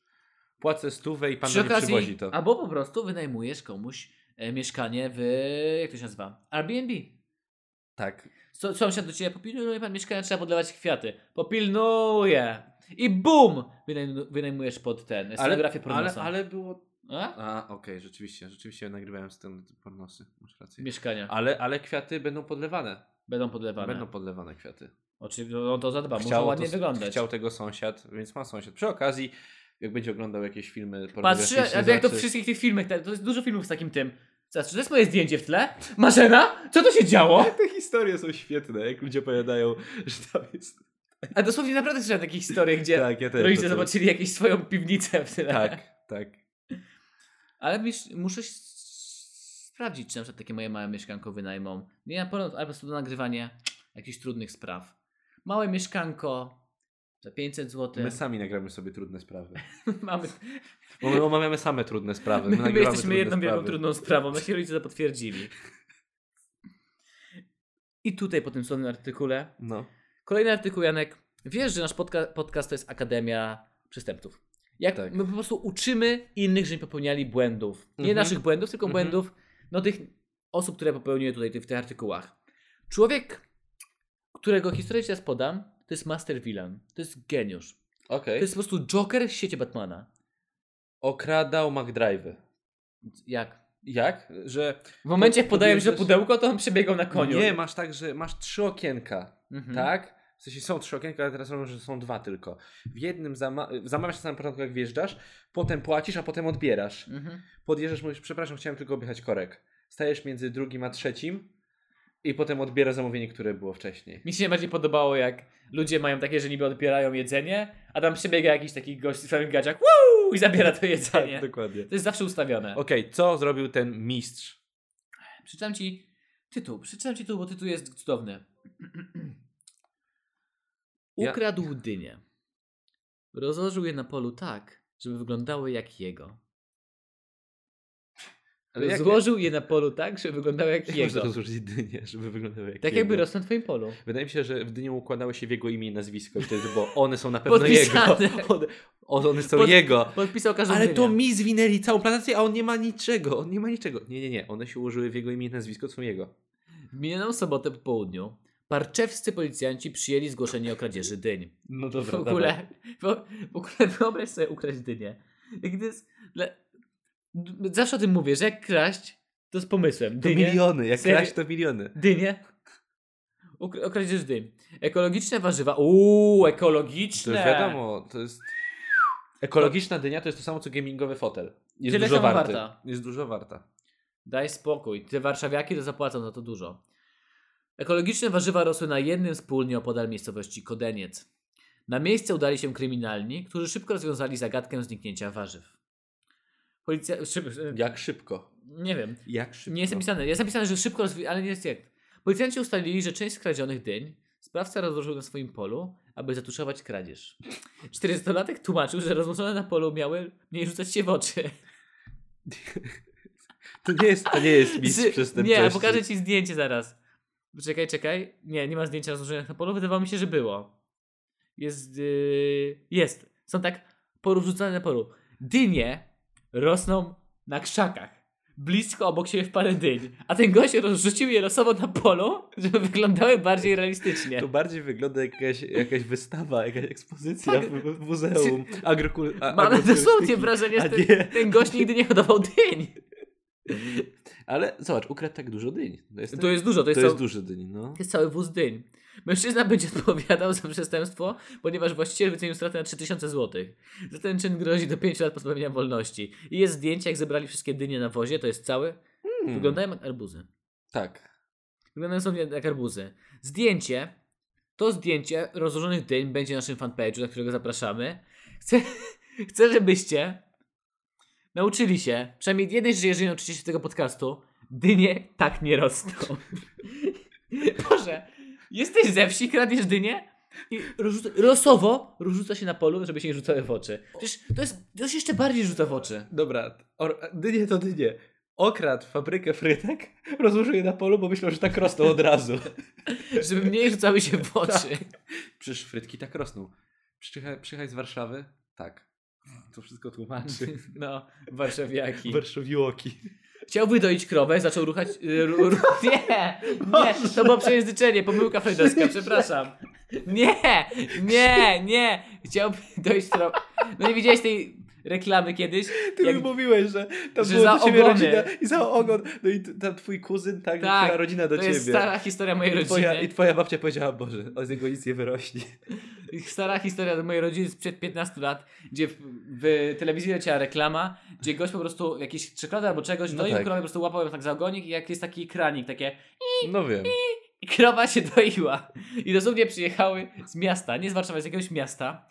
Speaker 1: Płacę stówę i pan do mnie przywozi to.
Speaker 2: Albo po prostu wynajmujesz komuś e, mieszkanie w. Jak to się nazywa? Airbnb.
Speaker 1: Tak.
Speaker 2: So, sąsiad do ciebie popilnuje pan mieszkania, trzeba podlewać kwiaty. Popilnuje! I bum! Wynajm, wynajmujesz pod ten. Scenografię
Speaker 1: ale,
Speaker 2: pornosą.
Speaker 1: ale było...
Speaker 2: A?
Speaker 1: A, okej, rzeczywiście, rzeczywiście nagrywałem z tym pornosy, masz rację.
Speaker 2: Mieszkania
Speaker 1: Ale, ale kwiaty będą podlewane.
Speaker 2: będą podlewane.
Speaker 1: Będą podlewane kwiaty.
Speaker 2: Oczywiście on to zadba, muszą
Speaker 1: Chciało
Speaker 2: ładnie
Speaker 1: to-
Speaker 2: wyglądać.
Speaker 1: Chciał tego sąsiad, więc ma sąsiad. Przy okazji, jak będzie oglądał jakieś filmy
Speaker 2: Patrz,
Speaker 1: pornograficzne,
Speaker 2: ale jak to w
Speaker 1: zobaczy-
Speaker 2: wszystkich tych filmach, te- to jest dużo filmów z takim tym. Zobacz, to jest moje zdjęcie w tle. Marzena? Co to się działo?
Speaker 1: Te historie są świetne, jak ludzie opowiadają, że tam jest
Speaker 2: [LAUGHS] A dosłownie naprawdę słyszałem takie historie, gdzie
Speaker 1: tak, ja też.
Speaker 2: rodzice
Speaker 1: to- to-
Speaker 2: zobaczyli jakąś swoją piwnicę w tyle.
Speaker 1: Tak, tak.
Speaker 2: Ale mis- muszę s- sprawdzić, czy na przykład takie moje małe mieszkanko wynajmą. Nie na pewno, ale po prostu do nagrywania jakichś trudnych spraw. Małe mieszkanko za 500 zł.
Speaker 1: My sami nagramy sobie trudne sprawy.
Speaker 2: [LAUGHS] Mamy,
Speaker 1: Bo my omawiamy same trudne sprawy. My,
Speaker 2: my, my
Speaker 1: nagrywamy
Speaker 2: jesteśmy
Speaker 1: trudne
Speaker 2: jedną wielką
Speaker 1: sprawy.
Speaker 2: trudną sprawą. Nasi rodzice to potwierdzili. I tutaj po tym słownym artykule.
Speaker 1: No.
Speaker 2: Kolejny artykuł, Janek. Wiesz, że nasz podca- podcast to jest Akademia Przestępców. Jak
Speaker 1: Tak.
Speaker 2: my po prostu uczymy innych, żeby nie popełniali błędów. Nie
Speaker 1: Mhm.
Speaker 2: naszych błędów, tylko
Speaker 1: Mhm.
Speaker 2: błędów no tych osób, które popełniły tutaj ty- w tych artykułach. Człowiek, którego historię ci teraz podam, to jest Master Villain. To jest geniusz.
Speaker 1: Okej.
Speaker 2: To jest po prostu Joker w świecie Batmana.
Speaker 1: Okradał McDrive'y.
Speaker 2: Jak?
Speaker 1: Jak? Że
Speaker 2: W momencie, jak podaję mi to
Speaker 1: podjeżdżasz-
Speaker 2: pudełko, to on przebiegał na koniu.
Speaker 1: nie, masz tak, że masz trzy okienka,
Speaker 2: Mhm.
Speaker 1: tak? W sensie są trzy okienka, ale teraz robią, że są dwa tylko. W jednym zama- zamawiasz na samym początku, jak wjeżdżasz, potem płacisz, a potem odbierasz.
Speaker 2: Mhm.
Speaker 1: Podjeżdżasz, mówisz, przepraszam, chciałem tylko objechać korek. Stajesz między drugim a trzecim i potem odbierasz zamówienie, które było [LAUGHS] wcześniej.
Speaker 2: Mi się bardziej podobało, jak ludzie mają takie, że niby odbierają jedzenie, a tam przebiega jakiś taki gość w swoim gaciach Woo! i zabiera to jedzenie.
Speaker 1: Tak, dokładnie.
Speaker 2: To jest zawsze ustawione.
Speaker 1: Okej, co zrobił ten mistrz?
Speaker 2: Przeczytam ci tytuł, przeczytam ci tytuł, bo tytuł jest cudowny.
Speaker 1: Ja-
Speaker 2: Ukradł dynię. Rozłożył je na polu tak, żeby wyglądały jak jego.
Speaker 1: Ale jak-
Speaker 2: Złożył je na polu tak, żeby wyglądały jak
Speaker 1: Jak można
Speaker 2: jego.
Speaker 1: rozłożyć dynię, żeby wyglądały jak
Speaker 2: Tak
Speaker 1: jego?
Speaker 2: jakby rosł na twoim polu.
Speaker 1: Wydaje mi się, że w dyniu układały się w jego imię i nazwisko, i to jest- bo one są na pewno
Speaker 2: Podpisane.
Speaker 1: jego. [LAUGHS] One, one są
Speaker 2: Pod-
Speaker 1: jego.
Speaker 2: Podpisał każdą
Speaker 1: Ale
Speaker 2: dynię.
Speaker 1: to mi zwinęli całą plantację, a on nie ma niczego. On nie ma niczego. Nie, nie, nie. One się ułożyły w jego imię i nazwisko, są jego.
Speaker 2: W minioną sobotę po południu parczewscy policjanci przyjęli zgłoszenie o kradzieży dyń.
Speaker 1: No
Speaker 2: W ogóle, wo- w ogóle wyobraź sobie ukraść dynię. Jak to jest, dla, d- zawsze o tym mówię, że jak kraść, to z pomysłem.
Speaker 1: To
Speaker 2: Dynię,
Speaker 1: miliony. Jak
Speaker 2: Serio?
Speaker 1: kraść, to miliony.
Speaker 2: dynię. Ukra- Okradziesz dyń. Ekologiczne warzywa. Uuu,
Speaker 1: To
Speaker 2: ekologiczne.
Speaker 1: już wiadomo, to jest... Ekologiczna dynia to jest to samo, co gamingowy fotel. Jest
Speaker 2: Tyle
Speaker 1: dużo
Speaker 2: samo
Speaker 1: warty.
Speaker 2: warta.
Speaker 1: Jest dużo warta.
Speaker 2: Daj spokój. Te warszawiaki to zapłacą za to dużo. Ekologiczne warzywa rosły na jednym z pól nieopodal miejscowości Kodeniec. Na miejsce udali się kryminalni, którzy szybko rozwiązali zagadkę zniknięcia warzyw. Policja... [LAUGHS] Szyb...
Speaker 1: Jak szybko.
Speaker 2: Nie wiem.
Speaker 1: Jak szybko.
Speaker 2: Nie jest napisane. Jest napisane, że szybko rozwi... ale nie jest jak. Policjanci ustalili, że część skradzionych dyń sprawca rozłożył na swoim polu, aby zatuszować kradzież. 40-latek tłumaczył, że rozłożone na polu miały mniej rzucać się w oczy.
Speaker 1: To nie jest, to nie jest mistrz
Speaker 2: Z-
Speaker 1: przestępczości.
Speaker 2: Nie, pokażę ci zdjęcie zaraz. Czekaj, czekaj. Nie, nie ma zdjęcia rozłożonych na polu. Wydawało mi się, że było. Jest. Yy... Jest. Są tak porozrzucane na polu. Dynie rosną na krzakach. Blisko obok siebie w parę dyń. A ten gość rozrzucił je losowo na polu, żeby wyglądały bardziej realistycznie.
Speaker 1: To bardziej wygląda jak jakaś, jakaś wystawa, jakaś ekspozycja
Speaker 2: Tak.
Speaker 1: w, w muzeum agrokul... a-
Speaker 2: Mam
Speaker 1: agroturystyki.
Speaker 2: dosłownie wrażenie,
Speaker 1: A
Speaker 2: że ten,
Speaker 1: nie.
Speaker 2: ten gość nigdy nie hodował dyń.
Speaker 1: [LAUGHS] Ale zobacz, ukradł tak dużo dyń. To jest,
Speaker 2: To jest dużo, to
Speaker 1: to
Speaker 2: jest,
Speaker 1: jest,
Speaker 2: cał-
Speaker 1: dużo dyń, no.
Speaker 2: To jest cały wóz dyń. Mężczyzna będzie odpowiadał za przestępstwo, ponieważ właściciel wycenił stratę na 3000 zł. Za ten czyn grozi do 5 lat pozbawienia wolności. I jest zdjęcie, jak zebrali wszystkie dynie na wozie, to jest cały.
Speaker 1: Hmm.
Speaker 2: Wyglądają jak arbuzy.
Speaker 1: Tak.
Speaker 2: Wyglądają są jak arbuzy. Zdjęcie, to zdjęcie rozłożonych dyń będzie na naszym fanpage'u, na którego zapraszamy. Chcę, [LAUGHS] chcę żebyście nauczyli się, przynajmniej jednej rzeczy, jeżeli nauczycie się tego podcastu, dynie tak nie rosną. [LAUGHS] Boże, jesteś ze wsi, kradniesz dynię i rozrzuca, losowo rozrzuca się na polu, żeby się nie rzucały w oczy. Przecież to, jest, to się jeszcze bardziej rzuca w oczy.
Speaker 1: Dobra, or, dynie to dynie. Okradł fabrykę frytek, [LAUGHS] rozłożył je na polu, bo myślał, że tak rosną od razu.
Speaker 2: Żeby mniej rzucały się w oczy.
Speaker 1: [LAUGHS] Przecież frytki tak rosną. Przyjechaj, przyjechaj z Warszawy? Tak. To wszystko [LAUGHS] tłumaczy.
Speaker 2: [LAUGHS] No, warszawiaki.
Speaker 1: Warszawioki.
Speaker 2: Chciałby doić krowę, zaczął ruchać. y, Ru, ru, [LAUGHS] nie! Nie! To było przejęzyczenie, pomyłka freudowska, przepraszam. Nie! Nie! Nie! Chciałby doić krowę. No nie widziałeś tej reklamy kiedyś?
Speaker 1: Ty
Speaker 2: Jak-
Speaker 1: mi mówiłeś, że tam
Speaker 2: że
Speaker 1: była
Speaker 2: za
Speaker 1: do ciebie
Speaker 2: ogony.
Speaker 1: rodzina i za ogon. No i t- tam twój kuzyn, tak,
Speaker 2: Tak,
Speaker 1: twoja rodzina do
Speaker 2: to
Speaker 1: ciebie.
Speaker 2: jest stara historia mojej
Speaker 1: I twoja,
Speaker 2: rodziny.
Speaker 1: I twoja babcia powiedziała, Boże, o z niego nic nie wyrośnie.
Speaker 2: Stara historia mojej rodziny sprzed 15 lat, gdzie w, w telewizji leciała reklama, gdzie gość po prostu jakieś czekolady albo czegoś
Speaker 1: No
Speaker 2: doił
Speaker 1: tak.
Speaker 2: krowę, po prostu łapał ją tak za ogonik i jak jest taki kranik, takie
Speaker 1: No wiem.
Speaker 2: I krowa się doiła. I dosłownie przyjechały z miasta, nie z Warszawy, z jakiegoś miasta.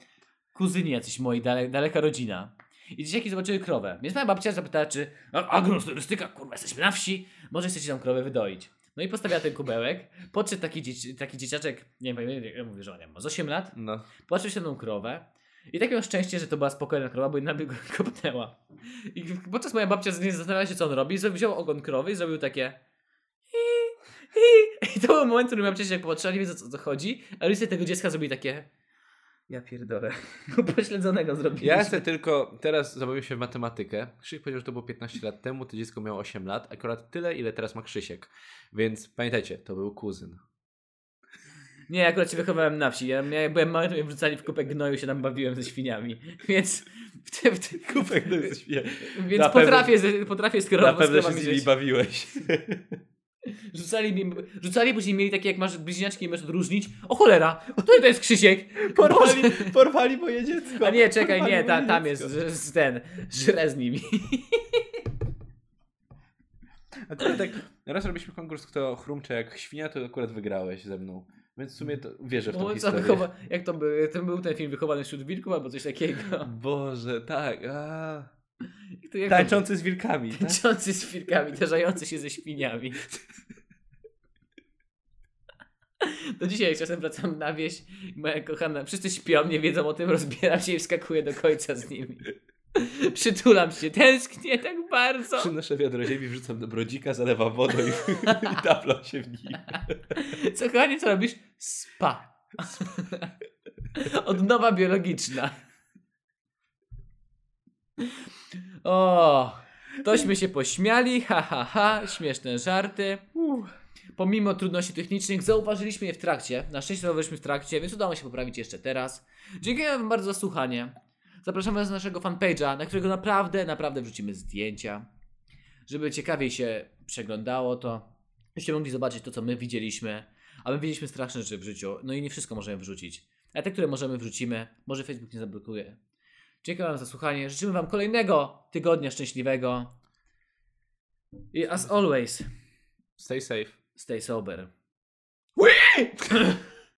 Speaker 2: Kuzyni jacyś moi, dale, daleka rodzina. I dzieciaki zobaczyły krowę. Więc moja babcia zapytała, czy "No, "A- agroturystyka, kurwa, jesteśmy na wsi, może chcecie tam krowę wydoić. No i postawiła ten kubełek, podszedł taki, dzieci, taki dzieciaczek, nie wiem, ja mówię, że on nie ma, z 8 lat,
Speaker 1: No.
Speaker 2: Patrzył się na tą krowę i tak miał szczęście, że to była spokojna krowa, bo inna by go kopnęła. I podczas moja babcia nie zastanawiała się, co on robi, zrobił- wziął ogon krowy i zrobił takie... I to był moment, w którym babcia się tak popatrzyła, nie wie, o co, co chodzi, a rodzice tego dziecka zrobili takie... Ja pierdolę. [LAUGHS] Upośledzonego zrobili.
Speaker 1: Ja chcę tylko, teraz zabawię się w matematykę. Krzysiek powiedział, że to było 15 lat temu, to dziecko miało 8 lat, akurat tyle, ile teraz ma Krzysiek. Więc pamiętajcie, to był kuzyn.
Speaker 2: Nie, ja akurat się wychowałem na wsi. Ja, ja jak byłem mały, to mnie wrzucali w kupę gnoju, się tam bawiłem ze świniami. Więc... W tym, w tym,
Speaker 1: Kupek, to jest
Speaker 2: [LAUGHS] więc
Speaker 1: Na pewno-
Speaker 2: potrafię, z- potrafię z krową,
Speaker 1: Na
Speaker 2: z
Speaker 1: pewno się
Speaker 2: krowami
Speaker 1: z
Speaker 2: żyć.
Speaker 1: nimi
Speaker 2: [LAUGHS]
Speaker 1: bawiłeś.
Speaker 2: Rzucali, mi- rzucali później mieli takie, jak masz bliźniaczki i możesz odróżnić. O cholera, to, to jest Krzysiek. Porwali-
Speaker 1: porwali moje dziecko.
Speaker 2: A nie, czekaj, nie, ta, tam jest z- z ten, żre z nimi.
Speaker 1: Akurat tak, raz robiliśmy konkurs, kto chrumcze jak świnia, to akurat wygrałeś ze mną. Więc w sumie to wierzę w tą
Speaker 2: Bo co,
Speaker 1: historię.
Speaker 2: wychowa- jak to był, ten był ten film wychowany wśród wilków albo coś takiego. [LAUGHS]
Speaker 1: Boże, tak. A...
Speaker 2: To jak to-
Speaker 1: Tańczący z wilkami. tak?
Speaker 2: Tańczący z wilkami, tarzający się ze świniami. [LAUGHS] Do dzisiaj jak czasem wracam na wieś, moja kochana, wszyscy śpią, nie wiedzą o tym, rozbieram się i wskakuję do końca z nimi. [LAUGHS] Przytulam się, tęsknię tak bardzo.
Speaker 1: Przynoszę wiadro ziemi, wrzucam do brodzika, zalewam wodą i, i [LAUGHS] taplam się w nim.
Speaker 2: Co kochanie, co robisz? Spa. [LAUGHS] Odnowa biologiczna. O, tośmy się pośmiali, ha, ha, ha, śmieszne żarty. Pomimo trudności technicznych zauważyliśmy je w trakcie. Na szczęście zauważyliśmy w trakcie, więc udało się poprawić jeszcze teraz. Dziękujemy Wam bardzo za słuchanie. Zapraszamy do naszego fanpage'a, na którego naprawdę, naprawdę wrzucimy zdjęcia. Żeby ciekawiej się przeglądało to. Byście mogli zobaczyć to, co my widzieliśmy. A my widzieliśmy straszne rzeczy w życiu. No i nie wszystko możemy wrzucić. A te, które możemy, wrzucimy. Może Facebook nie zablokuje. Dziękuję Wam za słuchanie. Życzymy Wam kolejnego tygodnia szczęśliwego. I as always,
Speaker 1: Stay safe.
Speaker 2: stay sober.